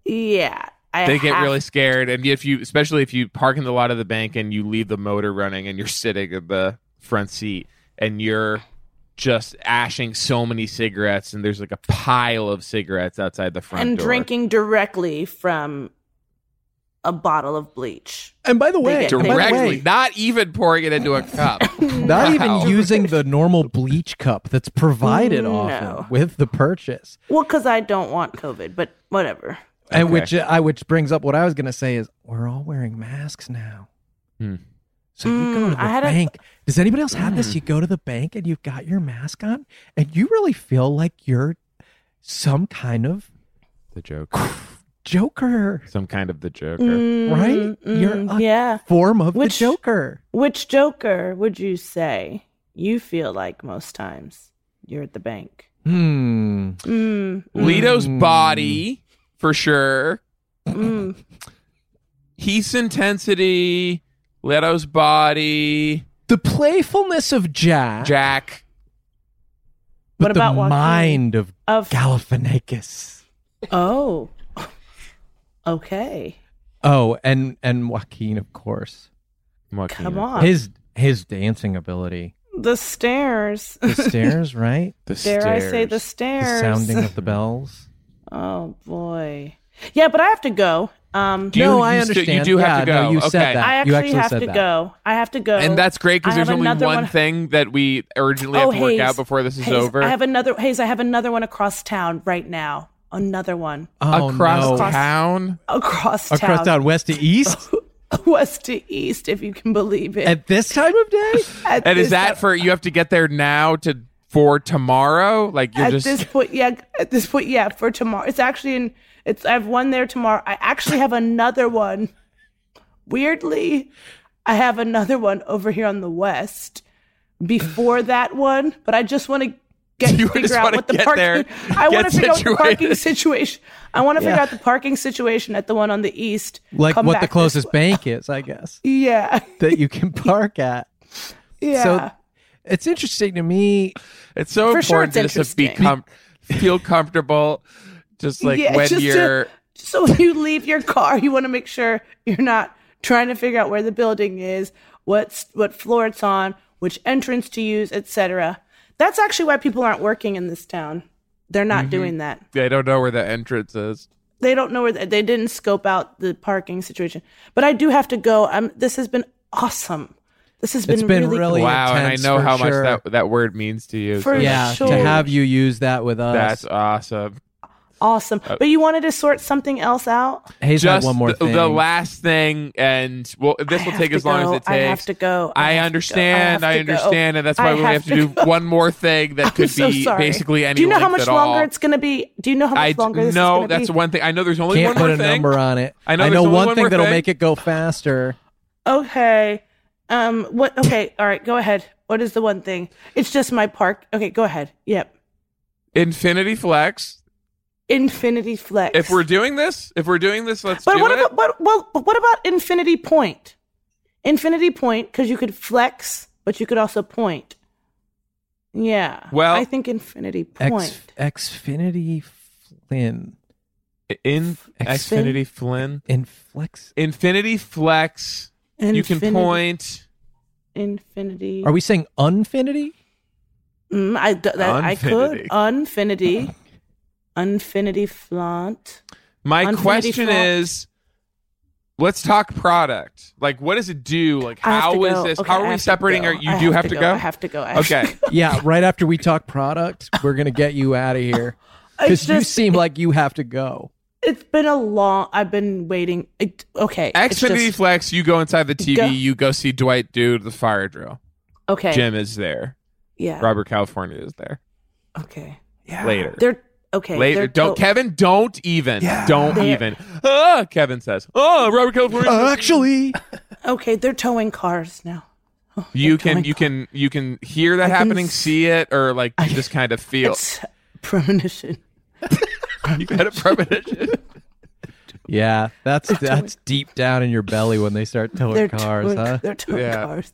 Yeah, I
They get
have-
really scared, and if you, especially if you park in the lot of the bank and you leave the motor running, and you're sitting in the front seat, and you're just ashing so many cigarettes, and there's like a pile of cigarettes outside the front
and
door.
drinking directly from a bottle of bleach.
And by the way,
get-
and by the
directly,
way,
not even pouring it into a cup.
not
Wow.
even using the normal bleach cup that's provided
Mm, No.
often with the purchase.
Well, because I don't want COVID, but whatever.
And
Okay.
which uh, I which brings up what I was going to say is we're all wearing masks now.
Hmm.
So you go
Mm,
to the
I had a-
bank. Does anybody else have this? You go to the bank and you've got your mask on, and you really feel like you're some kind of
the joke,
Joker,
some kind of the Joker.
right?
Mm,
you're
mm,
a
yeah.
form of
Which-
the Joker.
Which Joker would you say you feel like most times? You're at the bank.
Hmm.
Mm,
Leto's
Mm.
body for sure.
mm,
Heath's intensity, Leto's body,
The playfulness of Jack,
Jack.
but
What
the
about Joaquin?
mind of
of
Galifianakis.
oh, okay.
Oh, and and Joaquin, of course.
Come on.
His his dancing ability.
The stairs.
The stairs, right?
The
Dare I say the
stairs.
The
stairs?
sounding of the bells.
Oh boy. Yeah, but I have to go. Um,
Do you-
no,
you
I
still-
understand.
you do have to
Yeah, no,
go.
you
Okay.
said that.
I
you
actually,
actually
have
said
to
that.
go. I have to go.
And that's great because
I have
there's only one,
another one- Oh,
thing that we urgently have to work
Hayes,
out before this is
Hayes,
over.
I have another Hayes. I have another one across town right now. Another one
Oh,
Across
no.
town.
across town,
Across town, west to east
west to east, if you can believe it.
at this time of day.
At
And is
this
that
time-
for you have to get there now to for tomorrow? Like you're
at
just
this point? Yeah, at this point, yeah. For tomorrow, it's actually in. It's I have one there tomorrow. I actually have another one. Weirdly, I have another one over here on the west before that one, but I just want to get
You just
figure out
wanna
what the
get
parking.
there,
I want
get
to figure out the parking
situated.
situation. I want to figure
Yeah.
out the parking situation at the one on the east.
Like
come
what
back
the
this
closest
way.
bank is, I guess,
Yeah,
that you can park at.
yeah.
So it's interesting to me.
It's so
For sure
important
it's
to just be
interesting.
com- feel comfortable. Just like
Yeah,
when
just to-
you're
so when you leave your car, you want to make sure you're not trying to figure out where the building is, what's what floor it's on, which entrance to use, etc. That's actually why people aren't working in this town. They're not
Mm-hmm.
doing that.
I don't know where the entrance is.
They don't know where the, they didn't scope out the parking situation. But I do have to go. Um, this has been awesome. This has
It's
been,
been
really,
really-
cool.
Wow, and I
intense
know
for
how
sure.
much that that word means to you.
For
so
Yeah,
sure.
to have you use that with us.
that's awesome.
awesome.
Uh,
But you wanted to sort something else out.
Hayes had
Just
one more
the,
thing.
the last thing, and well, this
I
will
have
take
to
as long
go.
as it takes.
I have to go. I
I
have to go. I
understand.
have
I,
to go.
understand, and that's why
I
we only have
have
to,
to
do
go.
one more thing that
I'm
could
so
be
sorry.
basically any.
Do you know how
length
much
at all.
longer it's going to be? Do you know how much
I d-
longer this
no,
is going to be?
that's one thing. I know there's only
Can't
one more
put a
thing.
number on it.
I know
I
there's
know
only
one
one
thing
more
that'll
thing.
make it go faster.
Okay. Um. What? Okay. All right. Go ahead. What is the one thing? It's just my park. Okay. Go ahead. Yep.
Infinity Flex.
Infinity Flex.
If we're doing this, if we're doing this, let's
but
do
what
it.
about but well but what about Infinity Point? Infinity Point because you could flex, but you could also point. Yeah.
Well-
I think Infinity
X,
Point.
Xfinity Flynn.
In
Xfinity
Xfinity Flynn.
Inflex.
Infinity Flex. You can
Infinity-
point.
Infinity.
Are we saying unfinity?
Mm, I, d- that, I could.
Unfinity.
Unfinity. Unfinity flaunt.
My
Infinity
question
Flex.
is let's talk product. Like what does it do? Like
I have
how
to
is
go.
this
Okay,
how
I
are we
have to
separating
go.
or you
I
do have to go?
I have to go. I have to
Okay.
go.
Yeah, right after we talk product, we're going to get you out of here.
It's
Because you
just-
seem like you have to go.
It's been a long. I've been waiting. It, okay. it's
Xfinity
just-
Flex, you go inside the TV,
Go-
you go see Dwight do the fire drill.
okay.
Jim is there.
Yeah.
Robert California is there.
Okay. Yeah.
Later.
They're okay.
Later.
they're-
Don't
oh,
Kevin, don't even. Don't
They're-
even. Ah, Kevin says. Oh, Robert California.
Uh, Ah. actually,
Okay, they're towing cars now. Oh,
you
they're
can
towing
you
cars.
can you can hear that
I can
happening,
s-
see it, or like just kind of feel.
It's premonition.
You had a premonition.
yeah, that's that's deep down in your belly when they start towing
They're
cars,
towing,
huh?
They're towing
Yeah.
cars.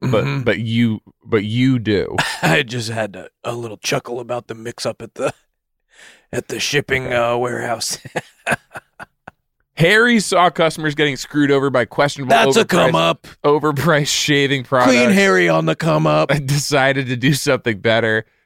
but
Mhm.
but you but you do.
I just had a, a little chuckle about the mix up at the at the shipping uh, warehouse.
Harry saw customers getting screwed over by questionable
That's a
overpriced,
come up.
overpriced shaving products.
Clean Harry on the come up.
and decided to do something better.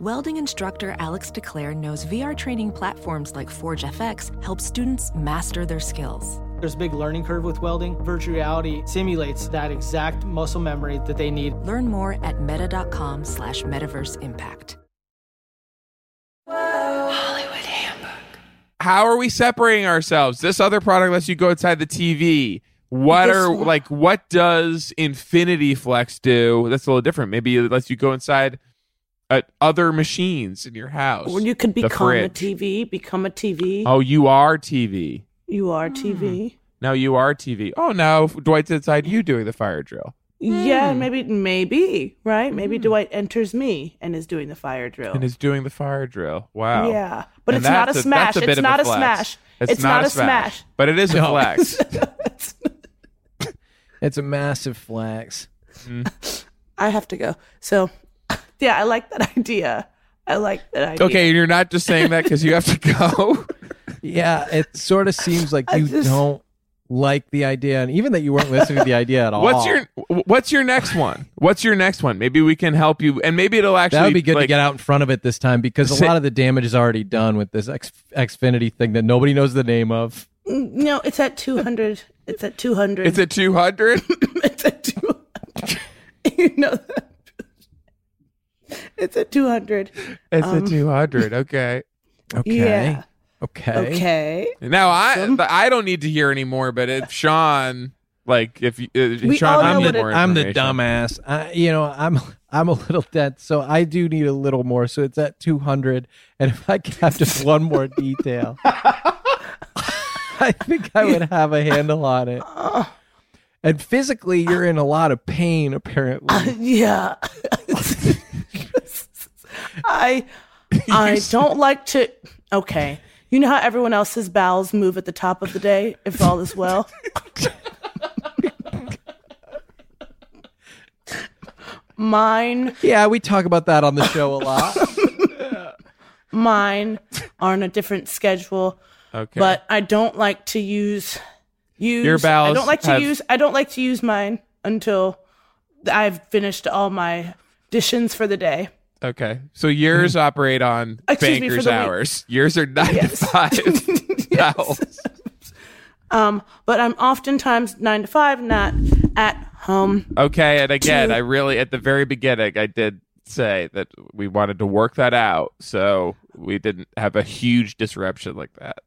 Welding instructor Alex DeClaire knows VR training platforms like ForgeFX help students master their skills.
There's a big learning curve with welding. Virtual reality simulates that exact muscle memory that they need.
Learn more at meta.com slash metaverse impact.
Hollywood
how are we separating ourselves? This other product lets you go outside the TV. What
This
are
one-
like? What does Infinity Flex do? That's a little different. Maybe it lets you go inside uh, other machines in your house.
Or you could
The
become a
fridge.
TV, become a TV.
oh, you are TV.
You are TV.
Now you are TV. Oh, now Dwight's inside you doing the fire drill.
Yeah,
Hmm.
maybe, maybe, right? Maybe Dwight enters me and is doing the fire drill.
Oh.
and is doing the fire drill. Wow.
Yeah, but
And
it's not a
that's
smash.
that's
it's
bit of
not a
flex.
smash.
It's, not, a smash. But it is a
No.
flex.
smash.
It's a massive flex.
I have to go. So, yeah, I like that idea. I like that idea.
okay, you're not just saying that because you have to go.
Yeah, it sort of seems like
I
you
just-
don't like the idea, and even that you weren't listening to the idea at all.
What's your What's your next one? What's your next one? Maybe we can help you, and maybe it'll actually
That would be good to
like,
get out in front of it this time because a
Say-
lot of the damage is already done with this X- Xfinity thing that nobody knows the name of.
Mm, No, it's at 200. It's at 200.
It's a two hundred.
it's at 200. you know that. It's at 200.
It's
Um.
a two hundred. Okay.
Okay.
Yeah.
Okay.
Okay.
Now I th- I don't need to hear anymore. But if Sean, like if you, uh,
We all
Sean,
know
I'm
I'm
what
the,
the,
more
I'm the
information.
dumbass. I, you know, I'm I'm a little dead, so I do need a little more. So it's at 200, and if I have just one more detail, I think I would have a handle on it. And physically, you're in a lot of pain, apparently.
Yeah. I I don't like to Okay. You know how everyone else's bowels move at the top of the day if all is well? mine
yeah, we talk about that on the show a lot.
mine are on a different schedule,
Okay.
but I don't like to use use
Your bowels
I don't like to
have-
use I don't like to use mine until I've finished all my dishes for the day.
okay. So yours operate on
Mm-hmm. Excuse me, for
bankers
the week.
hours. Yours are nine to five. Bowels.
Um, but I'm oftentimes nine to five, not at home.
Okay, and again, I really at the very beginning I did say that we wanted to work that out, so we didn't have a huge disruption like that.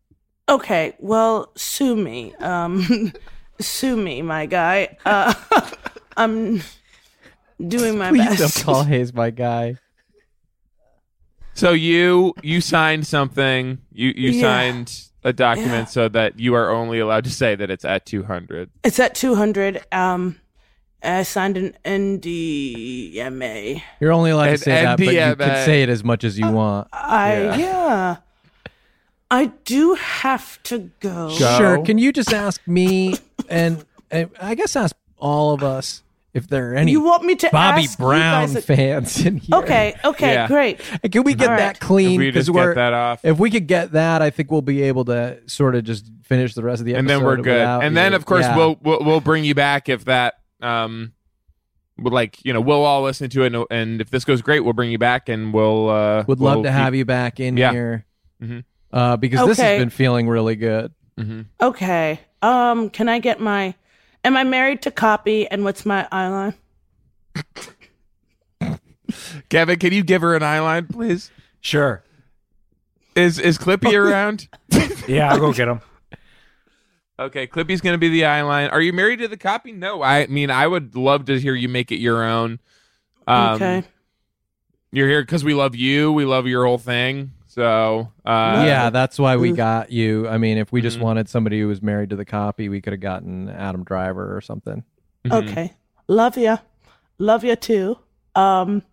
Okay, well, sue me. Um, sue me, my guy. Uh, I'm doing my
Please don't
best.
call Hayes my guy.
So you you signed something, you you
Yeah.
signed a document
Yeah.
so that you are only allowed to say that it's at 200.
It's at 200. Um, I signed an NDMA.
You're only allowed to
And-
say
and
that, but you
DMA.
can say it as much as you want.
I,
Yeah.
yeah. I do have to go.
Go.
Sure. Can you just ask me, and, and I guess ask all of us if there are any
You want me to
Bobby
ask you
Brown
guys a-
fans in here.
Okay, okay,
Yeah.
great.
And Can we get
All
that
right.
clean?
If we
'Cause
just
we're-
get that off.
If we could get that, I think we'll be able to sort of just finish the rest of the episode.
and then we're good.
without
And then
you.
of course
Yeah.
we'll, we'll we'll bring you back if that um would like, you know, we'll all listen to it and, and if this goes great, we'll bring you back and we'll uh
would love to have you back in
Yeah.
here.
Mhm.
Uh, because this
Okay.
has been feeling really good.
hmm
Okay. Um, can I get my am I married to copy and what's my eyeline?
Kevin, can you give her an eyeline, please?
Sure.
Is is Clippy around?
Yeah, I'll go get him.
Okay, Clippy's gonna be the eyeline. Are you married to the copy? No, I mean I would love to hear you make it your own. Um,
okay.
you're here because we love you. We love your whole thing. So uh,
yeah, that's why
Mm.
we got you. I mean, if we just
Mhm.
wanted somebody who was married to the copy, we could have gotten Adam Driver or something.
mhm.
Okay. Love ya. Love ya too. Um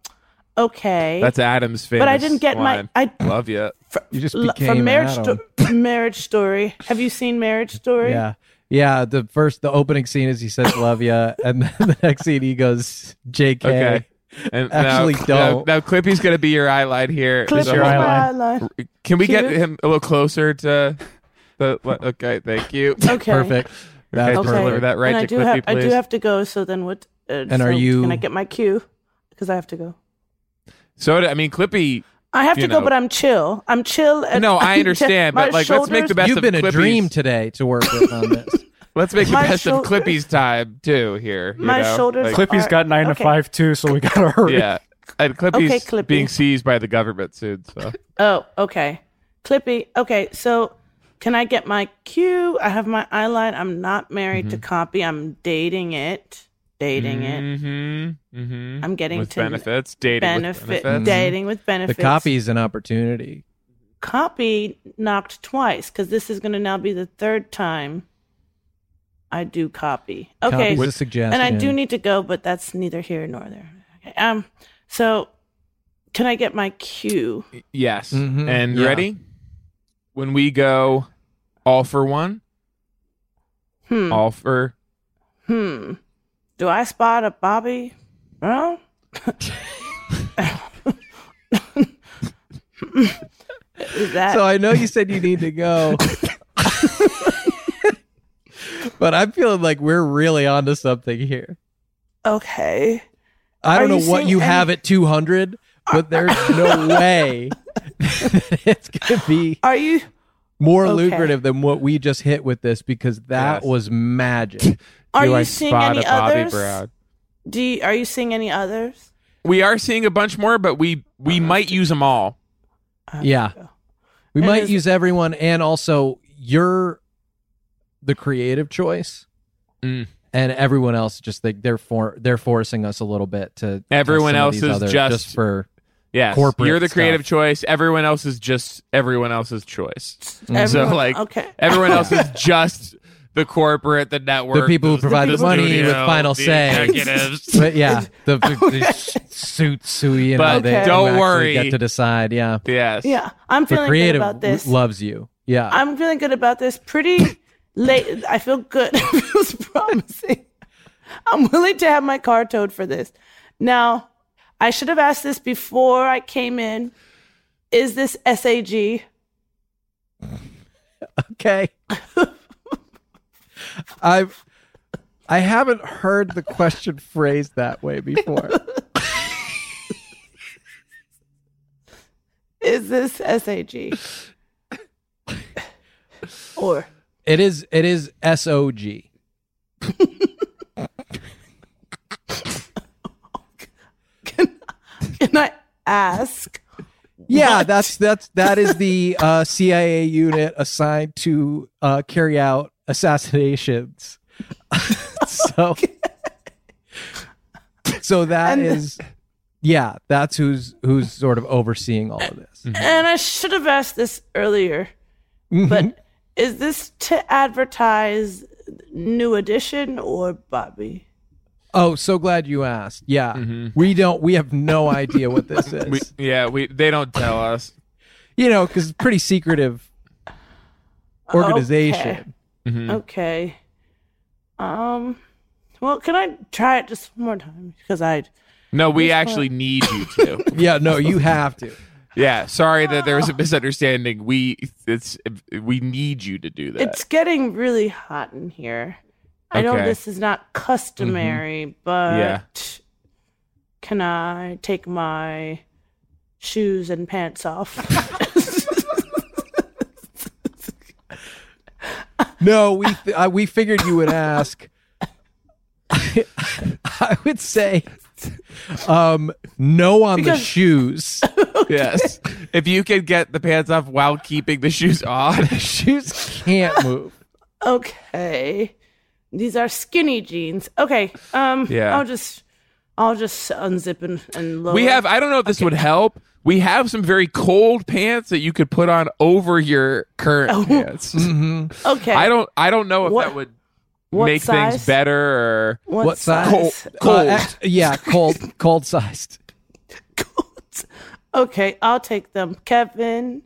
okay.
That's Adam's face.
but I didn't get
line.
my I
love you.
You just
l-
became
from marriage
Adam.
Sto- marriage story. Have you seen marriage story?
Yeah. Yeah, the first the opening scene is he says love ya and then the next scene he goes JK.
Okay. And
Actually
now,
don't.
Now, now Clippy's gonna be your eyeline here.
Clip
So-
your
my
eyeline.
eyeline.
Can we get
Cute.
him a little closer to the? Okay, thank you.
Okay.
Perfect. That's
Okay.
perfect.
Deliver that right
and I
to
do
Clippy,
have I do
please.
have to go, so then what uh,
And are
so
you-
can I get my cue? Because I have to go.
So I mean, Clippy.
I have
You
to
know.
go, but I'm chill. I'm chill. And
No, I understand,
my
but, like, let's make the
shoulders-
best
You've
of
been a
Clippy's-
dream today to work with on this.
Let's make the
My
best of
shoul-
Clippy's time too here. you
My
know?
shoulders
Like,
Clippy's
are-
got nine to
okay.
five too, so we gotta hurry.
yeah, and Clippy's
Okay, Clippy.
being seized by the government soon. So
Oh, okay. Clippy. Okay, so Can I get my cue? I have my eyeline. I'm not married to copy. I'm dating it. Dating it.
Mm-hmm. Mm-hmm. Mm-hmm.
I'm getting
with
to
benefits, dating
benefit
with benefits.
dating with
The
benefits.
copy is an opportunity.
copy knocked twice because this is going to now be the third time I do copy. Okay,
Copy's a suggestion.
and I do need to go, but that's neither here nor there. Okay, um, so can I get my cue?
Yes.
Mhm.
And
Yeah.
ready? When we go all for one,
Hmm.
all for
Hmm. Do I spot a Bobby Brown? is that
So I know you said you need to go. but I'm feeling like we're really onto something here.
okay?
I don't
Are
know
you
what
seeing
you
any-
have at 200, but there's no way it's going to be
Are you
more
Okay.
lucrative than what we just hit with this because that
Yes.
was magic.
are
do
you
I
seeing
spot
any
a Bobby
others?
Brown?
Do you, are you seeing any others?
We are seeing a bunch more, but
Uh,
we we might use them all.
I have
Yeah.
to go.
We
It
might
is-
use everyone and also you're the creative choice.
Mm.
And everyone else just like they're for they're forcing us a little bit to to
Everyone
some of
else
these
is
other-
just-
for
Yes.
Corporate
You're the creative
stuff.
choice. Everyone else is just everyone else's choice.
Everyone-
So like
okay.
everyone else is just the corporate, the network,
the people who provide the,
the
money
studio,
with final
the
say.
executives.
But yeah, the, the, the s- suits who you know
But
they who
don't
actually
worry.
get to decide. Yeah,
Yes.
Yeah, I'm
the
feeling good
creative
about this.
loves you. Yeah,
I'm feeling good about this. Pretty late. I feel good. it feels promising. I'm willing to have my car towed for this. Now, I should have asked this before I came in. Is this SAG?
okay. I've I haven't heard the question phrased that way before.
Is this SAG? or
It is it is S O G.
can I ask?
Yeah,
What?
that's that's that is the uh, CIA unit assigned to uh, carry out assassinations. so, so that
And-
is, yeah, that's who's who's sort of overseeing all of this.
And I should have asked this earlier, but is this to advertise New Edition or Bobby?
Oh, so glad you asked. Yeah, we don't. We have no idea what this is.
We, yeah, we they don't tell us.
you know, because it's pretty secretive organization.
Mm.
Okay. Um. Well, can I try it just one more time? Because
Uh,
I.
No, we actually need you to.
Yeah, no, you have to.
Yeah, sorry that there was a misunderstanding. We it's we need you to do that.
It's getting really hot in here. I know
Okay. Mm-hmm.
this is not customary, but
Yeah.
can I take my shoes and pants off?
No, we th- I, we figured you would ask. I, would say, um, no on
Because-
the shoes.
yes. If you can get the pants off while keeping the shoes on.
shoes can't move.
okay. These are skinny jeans. Okay. Um.
Yeah.
I'll just. I'll just unzip and, and lower.
We have I don't know if this would help. We have some very cold pants that you could put on over your current pants.
Okay.
I don't I don't know if
Oh. Mm-hmm. What-
that would
what
make
size?
things better or
What,
What size?
size?
Cold.
Uh, act- yeah, cold, cold sized.
Okay, I'll take them. Kevin,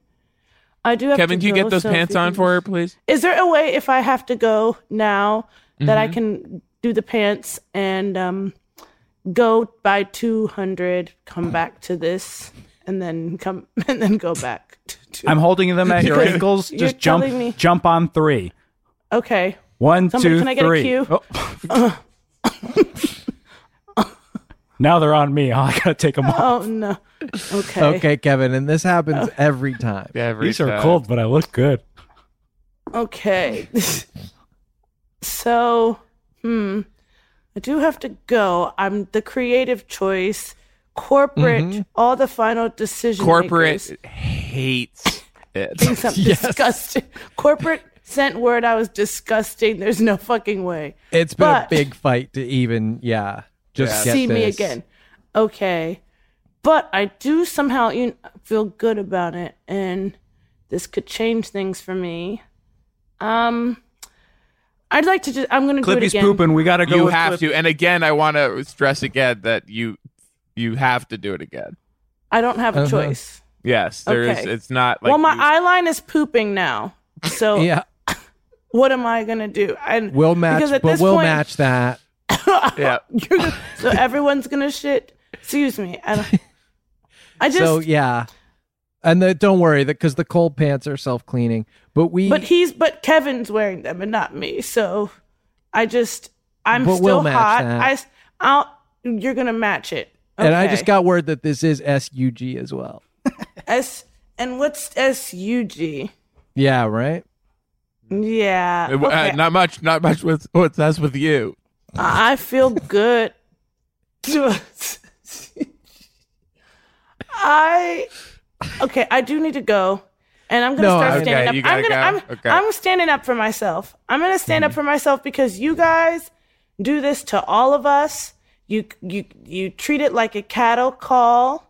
I do have
Kevin,
to
can you
go,
get those
so
pants
if you
on
can-
for her, please?
Is there a way if I have to go now that
Mm-hmm.
I can do the pants and um, go by 200, come back to this, and then come and then go back? To, to-
I'm holding them at your
Because
ankles.
you're
Just jump,
telling me-
jump on three.
okay.
One,
Somebody,
two,
can I get a
three.
cue?
Oh.
Now they're on me. I gotta take them off.
Oh no. Okay. Oh.
Okay, Kevin, and this happens every time.
Every
These are
time.
cold, but I look good.
Okay. so, hmm. I do have to go. I'm the creative choice. Corporate, all the final decision.
Corporate
makers.
hates pits.
Think something
Yes.
disgusting. Corporate sent word I was disgusting. There's no fucking way.
It's been a
But-
big fight to even, yeah. Just get
see me
this.
again. Okay. But I do somehow you know, feel good about it, and this could change things for me. Um, I'd like to just. I'm gonna do it
Clippy's
again.
pooping. We gotta go.
you
with
have
Clip-
to. And again, I want to stress again that you you have to do it again.
I don't have a
Uh-huh.
choice.
Yes, there is.
Okay.
It's not like
well, my
you-
eyeline is pooping now, so
Yeah,
what am I gonna do? And
we'll match,
Oh. Because at
but
this
we'll
point-
match that.
yeah.
You're gonna, so everyone's gonna shit. Excuse me. I, don't- I just.
so yeah, and the, don't worry that because the cold pants are self cleaning. But we,
But he's. But Kevin's wearing them and not me. So I just. I'm
But
still
we'll match
hot.
that.
I. s- I'll. You're gonna match it.
and I just
Okay.
got word that this is SUG as well.
S. And what's S U G?
Yeah, right.
Yeah.
Uh, w- uh,
okay.
not much. Not much with what's that's with you.
I I feel good. I okay. I do need to go, and I'm gonna
No,
start
okay,
standing
you
up. I'm
gotta
gonna. I'm,
go? Okay.
I'm standing up for myself. I'm gonna stand
Mm-hmm.
up for myself because you guys do this to all of us. You you you treat it like a cattle call,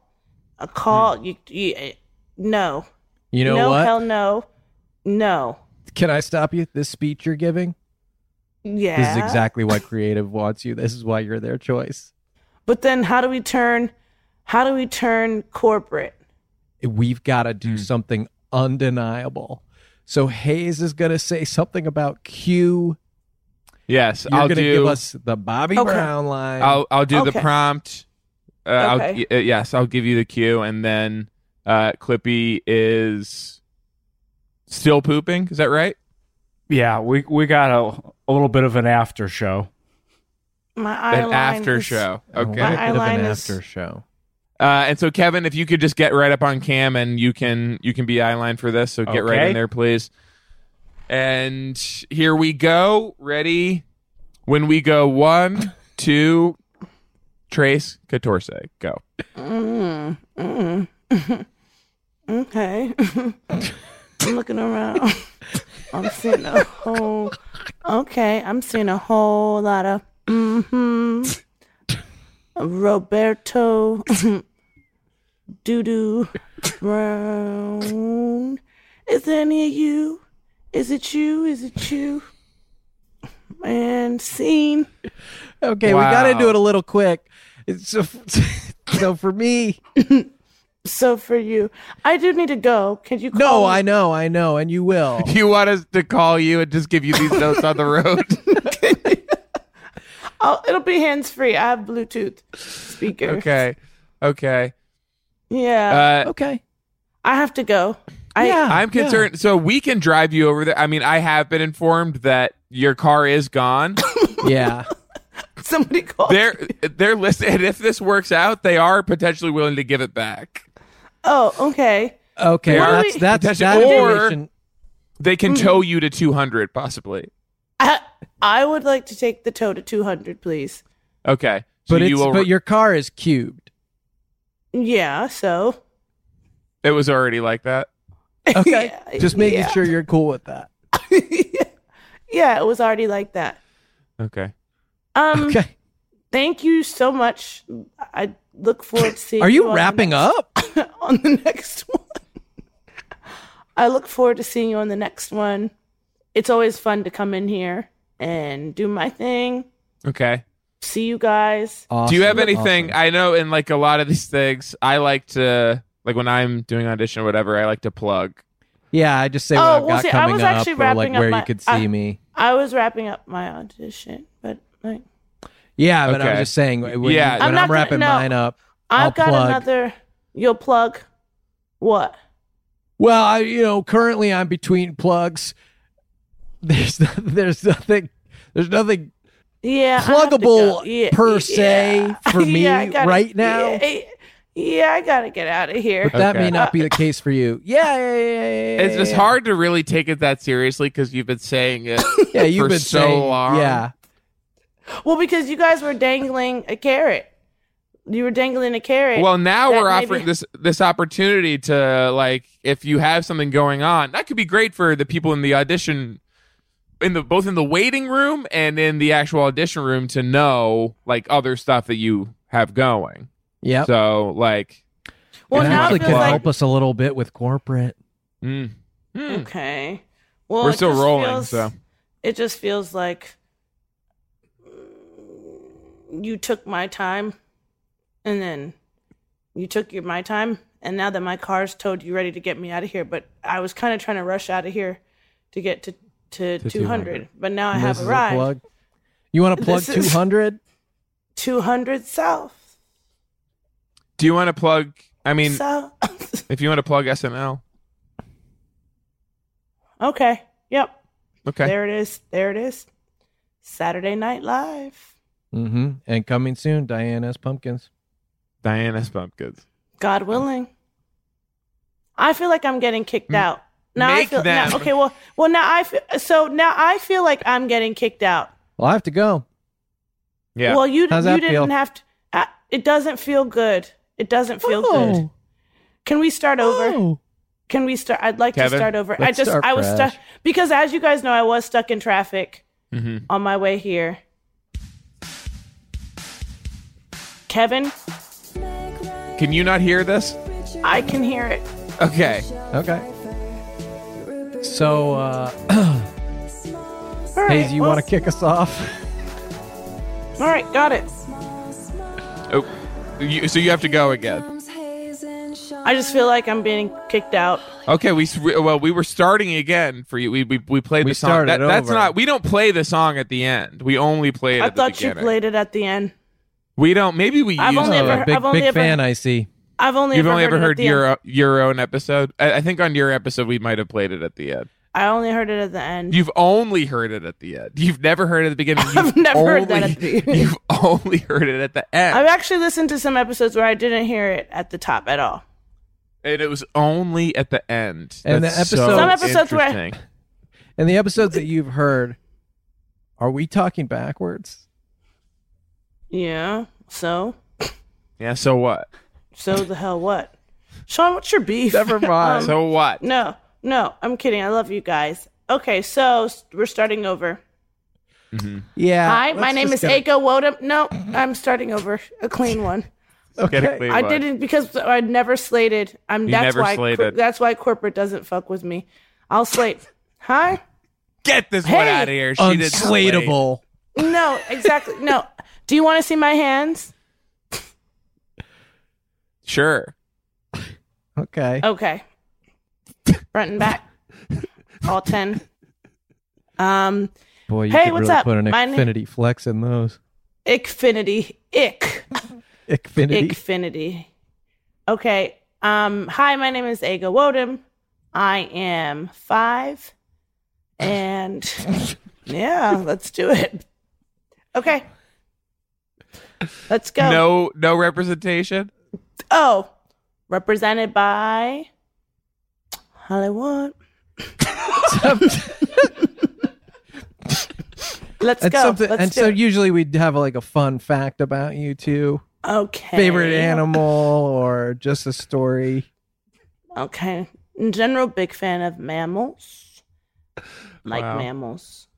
a call. You, you eh, no
Mm. You know
no
what?
hell no no
Can I stop you? This speech you're giving.
yeah.
This is exactly why creative wants you. This is why you're their choice.
But then how do we turn? How do we turn corporate?
We've got to
Hmm.
do something undeniable. So Hayes is going to say something about Q.
Yes,
You're
I'll
going to
do.
give us the Bobby
Okay.
Brown line.
I'll I'll do the
Okay.
prompt. Uh, I'll-
Okay.
y- uh, yes, I'll give you the cue, and then uh, Clippy is still pooping. Is that right?
Yeah, we we got a, a little bit of an after show.
My
An
eyeline
after
is-
show.
A
Okay.
little
Uh,
My
bit of an
eyeline is-
after show.
and so Kevin, if you could just get right up on cam, and you can you can be eyeline for this. So get right
Okay.
in there, please. And here we go. Ready? When we go one, two, Trace Catorce, go.
Okay. I'm looking around. I'm seeing a whole. Okay, I'm seeing a whole lot of. hmm Roberto. Doodoo Brown. Is there any of you? Is it you? Is it you? And scene.
Okay, we got to
Wow.
do it a little quick. It's so, so for me,
So for you, I do need to go. Can you? Call
no,
me?
I know, I know, and you will.
You want us to call you and just give you these notes on the road?
I'll, Oh, it'll be hands free. I have Bluetooth speaker.
Okay. Okay.
Yeah.
Uh,
Okay.
I have to go. I,
oh, yeah,
I'm
yeah.
concerned. So we can drive you over there. I mean, I have been informed that your car is gone.
Yeah.
Somebody called.
they're they're listed. And if this works out, they are potentially willing to give it back.
Oh, okay.
Okay,
They are-
that's that's
Potentially-
that
or-
information.
They can
Hmm.
tow you to 200, possibly.
I, I would like to take the toe to 200, please.
Okay. So
But it's
you will.
but your car is cubed.
Yeah, so.
it was already like that.
Okay,
Yeah,
just making
yeah.
sure you're cool with that.
Yeah, it was already like that.
Okay.
Um,
Okay.
Thank you so much. I look forward to seeing
Are you
on the
wrapping up?
next- on the next one? I look forward to seeing you on the next one. It's always fun to come in here and do my thing.
Okay.
See you guys.
Do you have
Awesome,
anything?
awesome.
I know in like a lot of these things, I like to like when I'm doing audition or whatever, I like to plug.
Yeah, I just say
Oh,
what I've
well,
got
see, I
coming
was
up,
actually
or like
wrapping up
where
my- uh,
you could see
I-
me.
I was wrapping up my audition, but like
Yeah, but I was
Okay.
just saying. When, you-
Yeah.
when
I'm
I'm,
not gonna-
wrapping
no.
mine up.
I've
I'll
got
plug.
another. You'll plug. What?
Well, I you know currently I'm between plugs. There's no, there's nothing there's nothing
Yeah, I have to
pluggable
go. Yeah,
per
yeah.
se for me
Yeah, I gotta-
right now.
Yeah, yeah, I gotta get out of here.
But that may
Okay.
not be the case for you. Yeah, yeah, yeah, yeah, yeah,
It's just
yeah.
hard to really take it that seriously because you've been saying it.
Yeah, you've
for
been
so
saying,
long.
Yeah,
Well, because you guys were dangling a carrot. You were dangling a carrot.
Well, now
That
we're
maybe-
offering this this opportunity to like if you have something going on, that could be great for the people in the audition in the both in the waiting room and in the actual audition room to know like other stuff that you have going.
Yep.
So like
well
it
now
actually
it
can
feels like
help us a little bit with corporate.
mm, mm.
okay. Well,
We're
it
still
just
rolling,
feels-
so.
it just feels like mm, you took my time, and then you took your my time, and now that my car's towed, you ready to get me out of here. But I was kind of trying to rush out of here to get to to, 200,
200.
but now I
And
have
this is a
arrived.
plug. You want to plug
This is-
200?
200 south.
Do you want to plug I mean
south.
if you want to plug SNL.
okay. Yep.
Okay.
There it is. There it is. Saturday Night Live.
Mm-hmm. And coming soon, Diane S. Pumpkins.
Diana's pumpkins.
God willing. I feel like I'm getting kicked out. Now I
make
feel now-
them.
okay. Well, well now I feel, so now I feel like I'm getting kicked out.
Well, I have to go.
Yeah.
Well, you
How's
you
that
didn't
feel?
have to. Uh, it doesn't feel good. It doesn't feel
Oh.
good. Can we start over? Can we start? I'd like to
Kevin,
start over. I
let's
just
start
I was
fresh.
stuck because as you guys know, I was stuck in traffic
Mhm.
on my way here. Kevin,
Can you not hear this?
I can hear it.
Okay.
Okay. Oh. So, uh,
All right,
Hayes, you
well,
want to kick us off?
All right, got it.
Oh, you, so you have to go again.
I just feel like I'm being kicked out.
Okay, we s- we- well we were starting again for you. We we, we played
We
the song.
started
That- that's
over.
not. We don't play the song at the end. We only play it.
I
at the
thought you
beginning.
played it at the end.
We don't. Maybe we.
I've
used
only
it.
ever-
a big,
I've only
big
ever-
fan, I see.
I've only
You've
ever
only
heard
ever
it at
heard
the end.
your your own episode. I, I think on your episode we might have played it at the end.
I only heard it at the end.
You've only heard it at the end. You've never heard it at the beginning. You've
I've never
only,
heard that at the beginning.
You've only heard it at the end,
I've actually listened to some episodes where I didn't hear it at the top at all.
and it was only at the end.
And
That's
the
so
episode-
Some episodes were-
interesting.
And the episodes that you've heard, are we talking backwards?
Yeah. So,
Yeah. So what?
so the hell what? Sean, what's your beef?
Never
Um,
mind.
Um, So what?
No, no, I'm kidding. I love you guys. Okay, so s- we're starting over.
yeah.
Hi,
let's
my name is
just
Aiko
get
Wodum. No, I'm starting over. A clean one.
a-
Get a
Okay.
clean
I
one.
didn't because I never slated. I'm
You
that's
never
why
slated.
that's why corporate doesn't fuck with me. I'll slate. Hi?
Get this one
Hey!
out of here. She didn't slate.
Unslatable.
No, exactly. No. Do you want to see my hands?
Sure.
Okay.
Okay. Front and back. All 10. Um,
Boy, you
Hey,
could
what's
really
up?
put an
My na-
infinity flex in those.
Ickfinity. Ick.
Infinity.
Ickfinity. Okay. Um, hi, my name is Aga Wodum. I am five. And yeah, let's do it. Okay. Let's go.
No no representation.
Oh, represented by Hollywood. Let's
and
go.
something,
Let's
and
do
so
it.
usually we'd have like a fun fact about you too.
okay.
Favorite animal or just a story.
Okay. In general, big fan of mammals. Like
Wow.
mammals.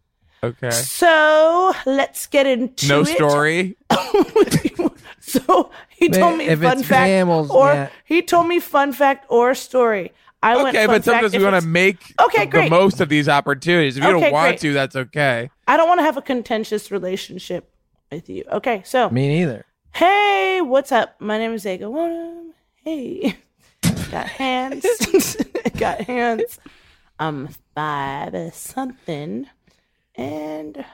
Okay.
So let's get into
No
it.
story.
so he
Ma-
told me
if
fun
it's
fact
mammals,
or
Nat.
he told me fun fact or story. I went
Okay,
fun
but sometimes
fact.
we
If
want to
it's-
make
Okay,
the
great.
most of these opportunities. If you
Okay,
don't want
great.
to, that's okay.
I don't want to have a contentious relationship with you. Okay, so
Me neither.
Hey, what's up? My name is Aga Wonum. Hey, got hands, got hands. I'm um, five something, and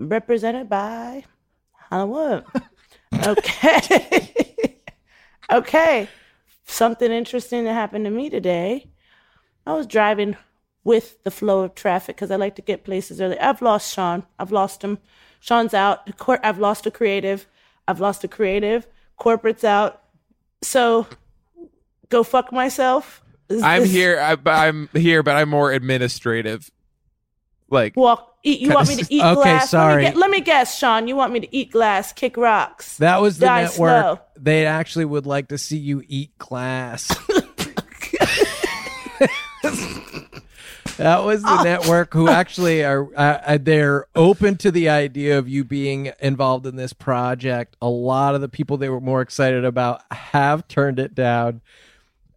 represented by Hollywood. Okay, okay. Something interesting that happened to me today. I was driving with the flow of traffic because I like to get places early. I've lost Sean. I've lost him. Sean's out. The cor- I've lost a creative. I've lost a creative. Corporate's out. So go fuck myself. Is
I'm
this-
here. I, I'm here, but I'm more administrative. Like
Walk. Eat, you
Kinda
want me to
s-
eat
okay,
glass? Let me
sorry.
get- Let me, guess, Sean. You want me to eat glass, kick rocks?
That was the
Die
network.
slow.
They actually would like to see you eat glass. that was
Oh.
the network who actually are uh, uh, they're open to the idea of you being involved in this project. A lot of the people they were more excited about have turned it down.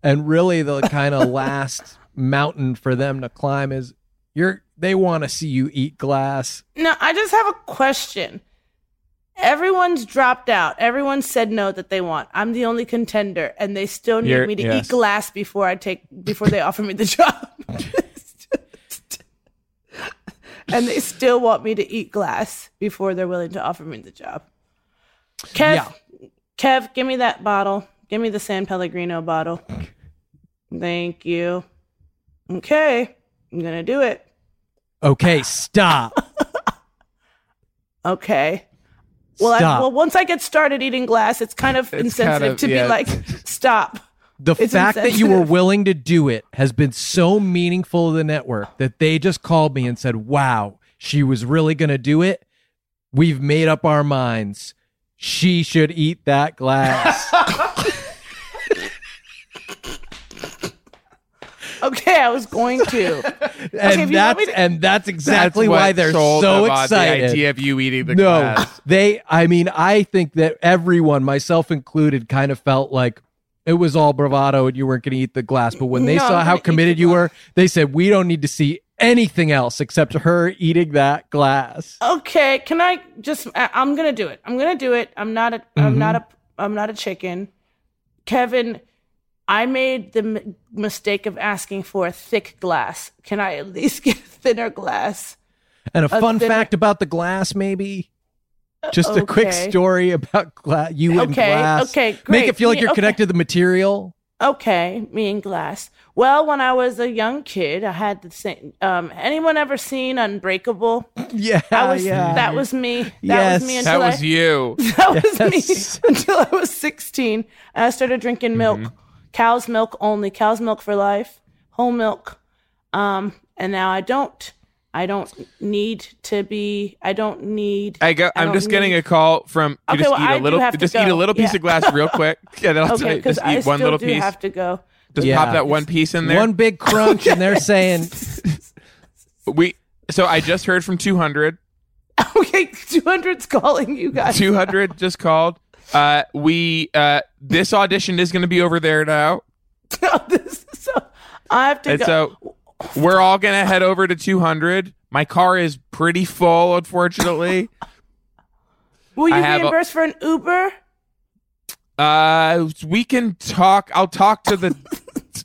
And really the kind of last mountain for them to climb is you're they want to see you eat glass.
No, I just have a question. Everyone's dropped out. Everyone said no that they want. I'm the only contender, and they still need
You're-
me to
yes.
eat glass before I take before they offer me the job. and they still want me to eat glass before they're willing to offer me the job. Kev, Kev, give me that bottle. Give me the San Pellegrino bottle. Thank you. Okay, I'm gonna do it.
Okay, stop.
Okay. Well, I,
Stop.
well, once I get started eating glass, it's kind of insensitive
kind of-
to
yeah.
be like, stop.
The
It's
fact that you were
insensitive.
willing to do it has been so meaningful to the network that they just called me and said, Wow, she was really going to do it. We've made up our minds. She should eat that glass.
Okay, I was going to.
and,
if you want
that's,
me to-
and that's exactly
that's what
why they're
sold
so
about
excited.
The idea of you eating the
no,
glass.
they, I mean, I think that everyone, myself included, kind of felt like it was all bravado and you weren't going to eat the glass. But when they
No,
saw how
I'm gonna eat the
committed you
glass.
were, they said, We don't need to see anything else except her eating that glass.
Okay, can I just? I, I'm gonna do it. I'm gonna do it. I'm not a. am not a. I'm not a chicken. Kevin, I made the m- mistake of asking for a thick glass. Can I at least get a thinner glass?
And a
A
fun
thinner-
fact about the glass, maybe. Just a quick
okay.
story about gla- you and
Okay,
glass.
okay,
Make
great.
it feel like
Yeah,
you're
okay.
connected to the material.
Okay, me and glass. Well, when I was a young kid, I had the same. Um, anyone ever seen Unbreakable?
Yeah,
I was
Ah, yeah.
that was me. That
Yes.
was me
that
until
was
I,
you.
that
Yes.
was me until I was sixteen. And I started drinking milk,
Mm-hmm.
cow's milk only, cow's milk for life, whole milk. Um, and now I don't. I don't need to be. I don't need.
I go.
I
I'm
don't
just getting
need-
a call from. You
Okay,
just
well,
eat
I
a
do
little.
have to
Just eat a
go.
little piece
Yeah.
of glass real quick. Yeah, that'll
Okay,
tell you.
because
Just
I
eat one
still
little
do
piece.
have to go.
Just
Yeah.
pop that one piece in there.
One big crunch, and they're saying,
We. So I just heard from 200.
Okay, 200's calling you guys.
200 just called. Uh, we. Uh, this audition is going to be over there now,
This is so I have to
and
go.
so we're all going to head over to 200. My car is pretty full, unfortunately.
Will you
I have a-
reimburse for an Uber?
Uh, we can talk. I'll talk to the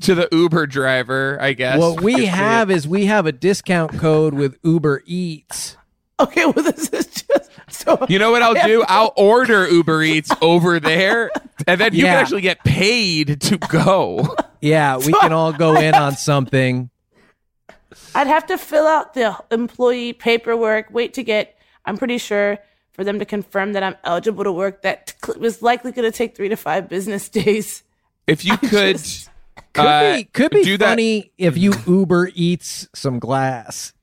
to the Uber driver, I guess.
What we
Just to-
have is we have a discount code with Uber Eats.
Okay, well this is just so.
You know what I'll do? I'll order Uber Eats over there, and then you
Yeah.
can actually get paid to go.
Yeah, we can all go in on something.
I'd have to fill out the employee paperwork. Wait to get. I'm pretty sure for them to confirm that I'm eligible to work. That cl- was likely going to take three to five business days.
If you could,
Could
uh,
be, could be
do that-
funny if you Uber Eats some glass.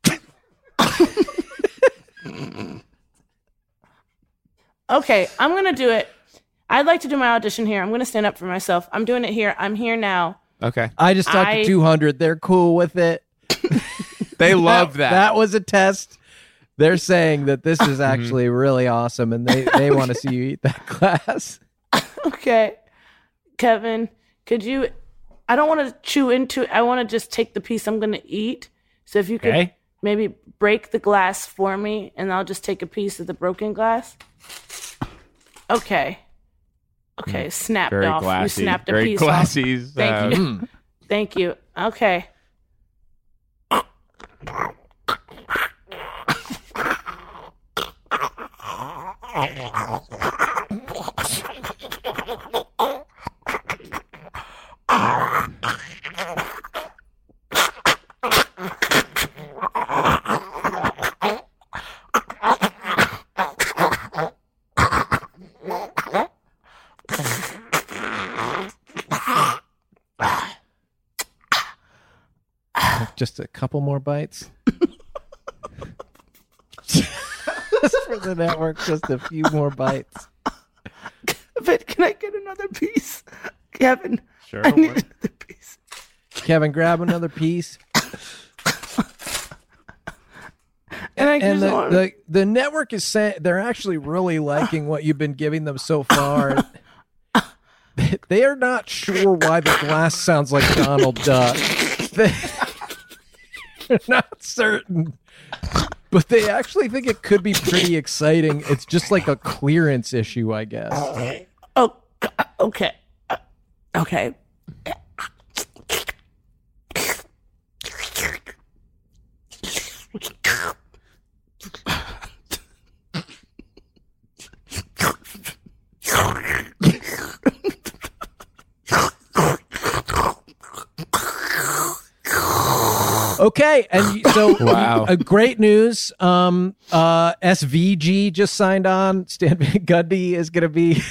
Okay, I'm gonna do it. I'd like to do my audition here. I'm gonna stand up for myself. I'm doing it here. I'm here now.
Okay,
I just talked to
I-
200. They're cool with it.
they love that. Mm-hmm.
That was a test. They're saying that this is actually really awesome and they, they want to see you eat that glass.
Okay, Kevin, could you? I don't want to chew into. I want to just take the piece I'm gonna eat. So if you could
Okay.
maybe break the glass for me and I'll just take a piece of the broken glass. Okay. Okay, snapped off. You snapped a
Very
piece off.
classy.
Thank
uh,
you. Thank you. Okay.
Just a couple more bites. Just for the network, just a few more bites.
Kevin, can I get another piece? Kevin,
Sure.
I need
what-
another piece.
Kevin, grab another piece.
And I
and
just
the,
want-
the the network is saying they're actually really liking what you've been giving them so far. They- they are not sure why the glass sounds like Donald Duck. They- They're not certain, but they actually think it could be pretty exciting. It's just like a clearance issue, I guess.
Oh, g- okay. Uh, Okay.
Okay, and you- so
Wow.
uh, great news. Um, uh, SVG just signed on. Stan Van Gundy is gonna be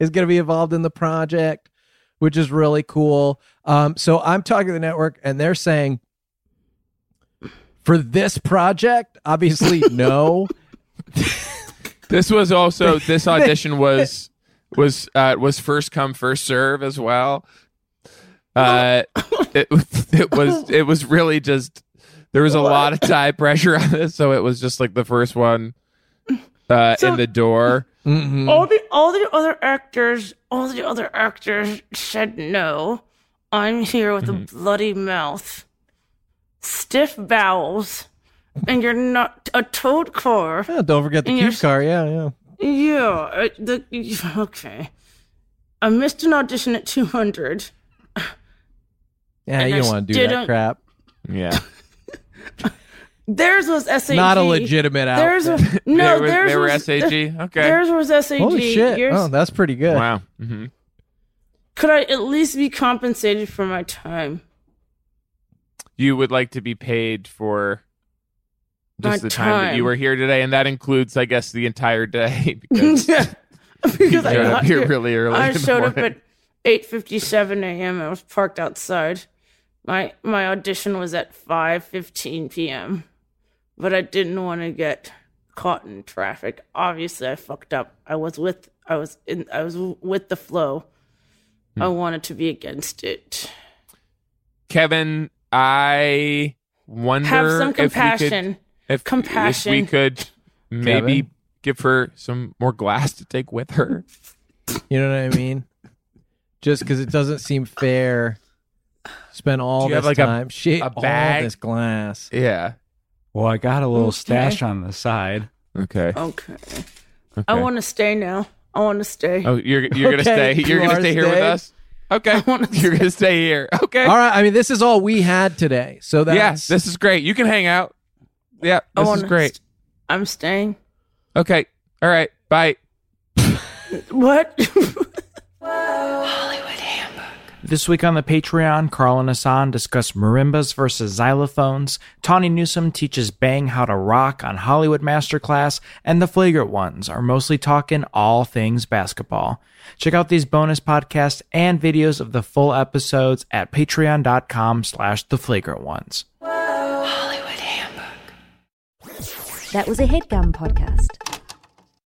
is gonna be involved in the project, which is really cool. Um, so I'm talking to the network, and they're saying for this project, obviously no.
This was also this audition was was uh, was first come first serve as well. Uh, it it was it was really just there was a lot of time pressure on this, so it was just like the first one uh,
So-
in the door.
Mhm.
All the all the other actors, all the other actors said no. I'm here with
Mm-hmm.
a bloody mouth, stiff bowels, and you're not a toad car.
Yeah, Oh, don't forget the
And you're
cube car. Yeah, yeah.
Yeah, uh, the okay. I missed an audition at 200.
Yeah,
And
you
I
don't want to do that
didn't-
crap.
Yeah,
Theirs was SAG.
Not a legitimate
There's
outfit.
was no.
they were,
theirs
they were
was,
SAG. okay,
Theirs was SAG.
Holy shit!
Yours-
Oh, that's pretty good.
wow. hmm
could I at least be compensated for my time?
You would like to be paid for
My
just the time. that
time.
you were here today, and that includes, I guess, the entire day because you
because I
showed up
got
here
here.
really early.
I
in the
showed up
morning.
at 8:57 a.m. I was parked outside. My my audition was at 5:15 p.m. But I didn't want to get caught in traffic. Obviously, I fucked up. I was with I was in I was with the flow. I
Hmm.
wanted to be against it.
Kevin, I wonder
Have some
if we
compassion.
could, if,
Compassion.
if we could maybe
Kevin?
give her some more glass to take with her.
You know what I mean? Just because it doesn't seem fair. Spend all
Do you
this
have, like, a-
time, shit,
a
all
bag?
this glass.
Yeah.
Well, I got a little
Okay.
stash on the side.
Okay.
Okay. I want to stay now. I want to stay.
Oh, you're you're
Okay,
gonna stay. You're
you
gonna
are
stay here with
staying?
us. Okay. You're gonna stay here. Okay.
All right, I mean, this is all we had today, so that's
Yes. this is great. You can hang out. Yeah.
I
This is
wanna
great.
st- I'm staying.
Okay. All right. Bye.
What?
This week on the Patreon, Carl and Hassan discuss marimbas versus xylophones, Tawny Newsom teaches Bang how to rock on Hollywood Masterclass, and the Flagrant Ones are mostly talking all things basketball. Check out these bonus podcasts and videos of the full episodes at patreon.com slash the flagrant ones.
That was a headgum podcast.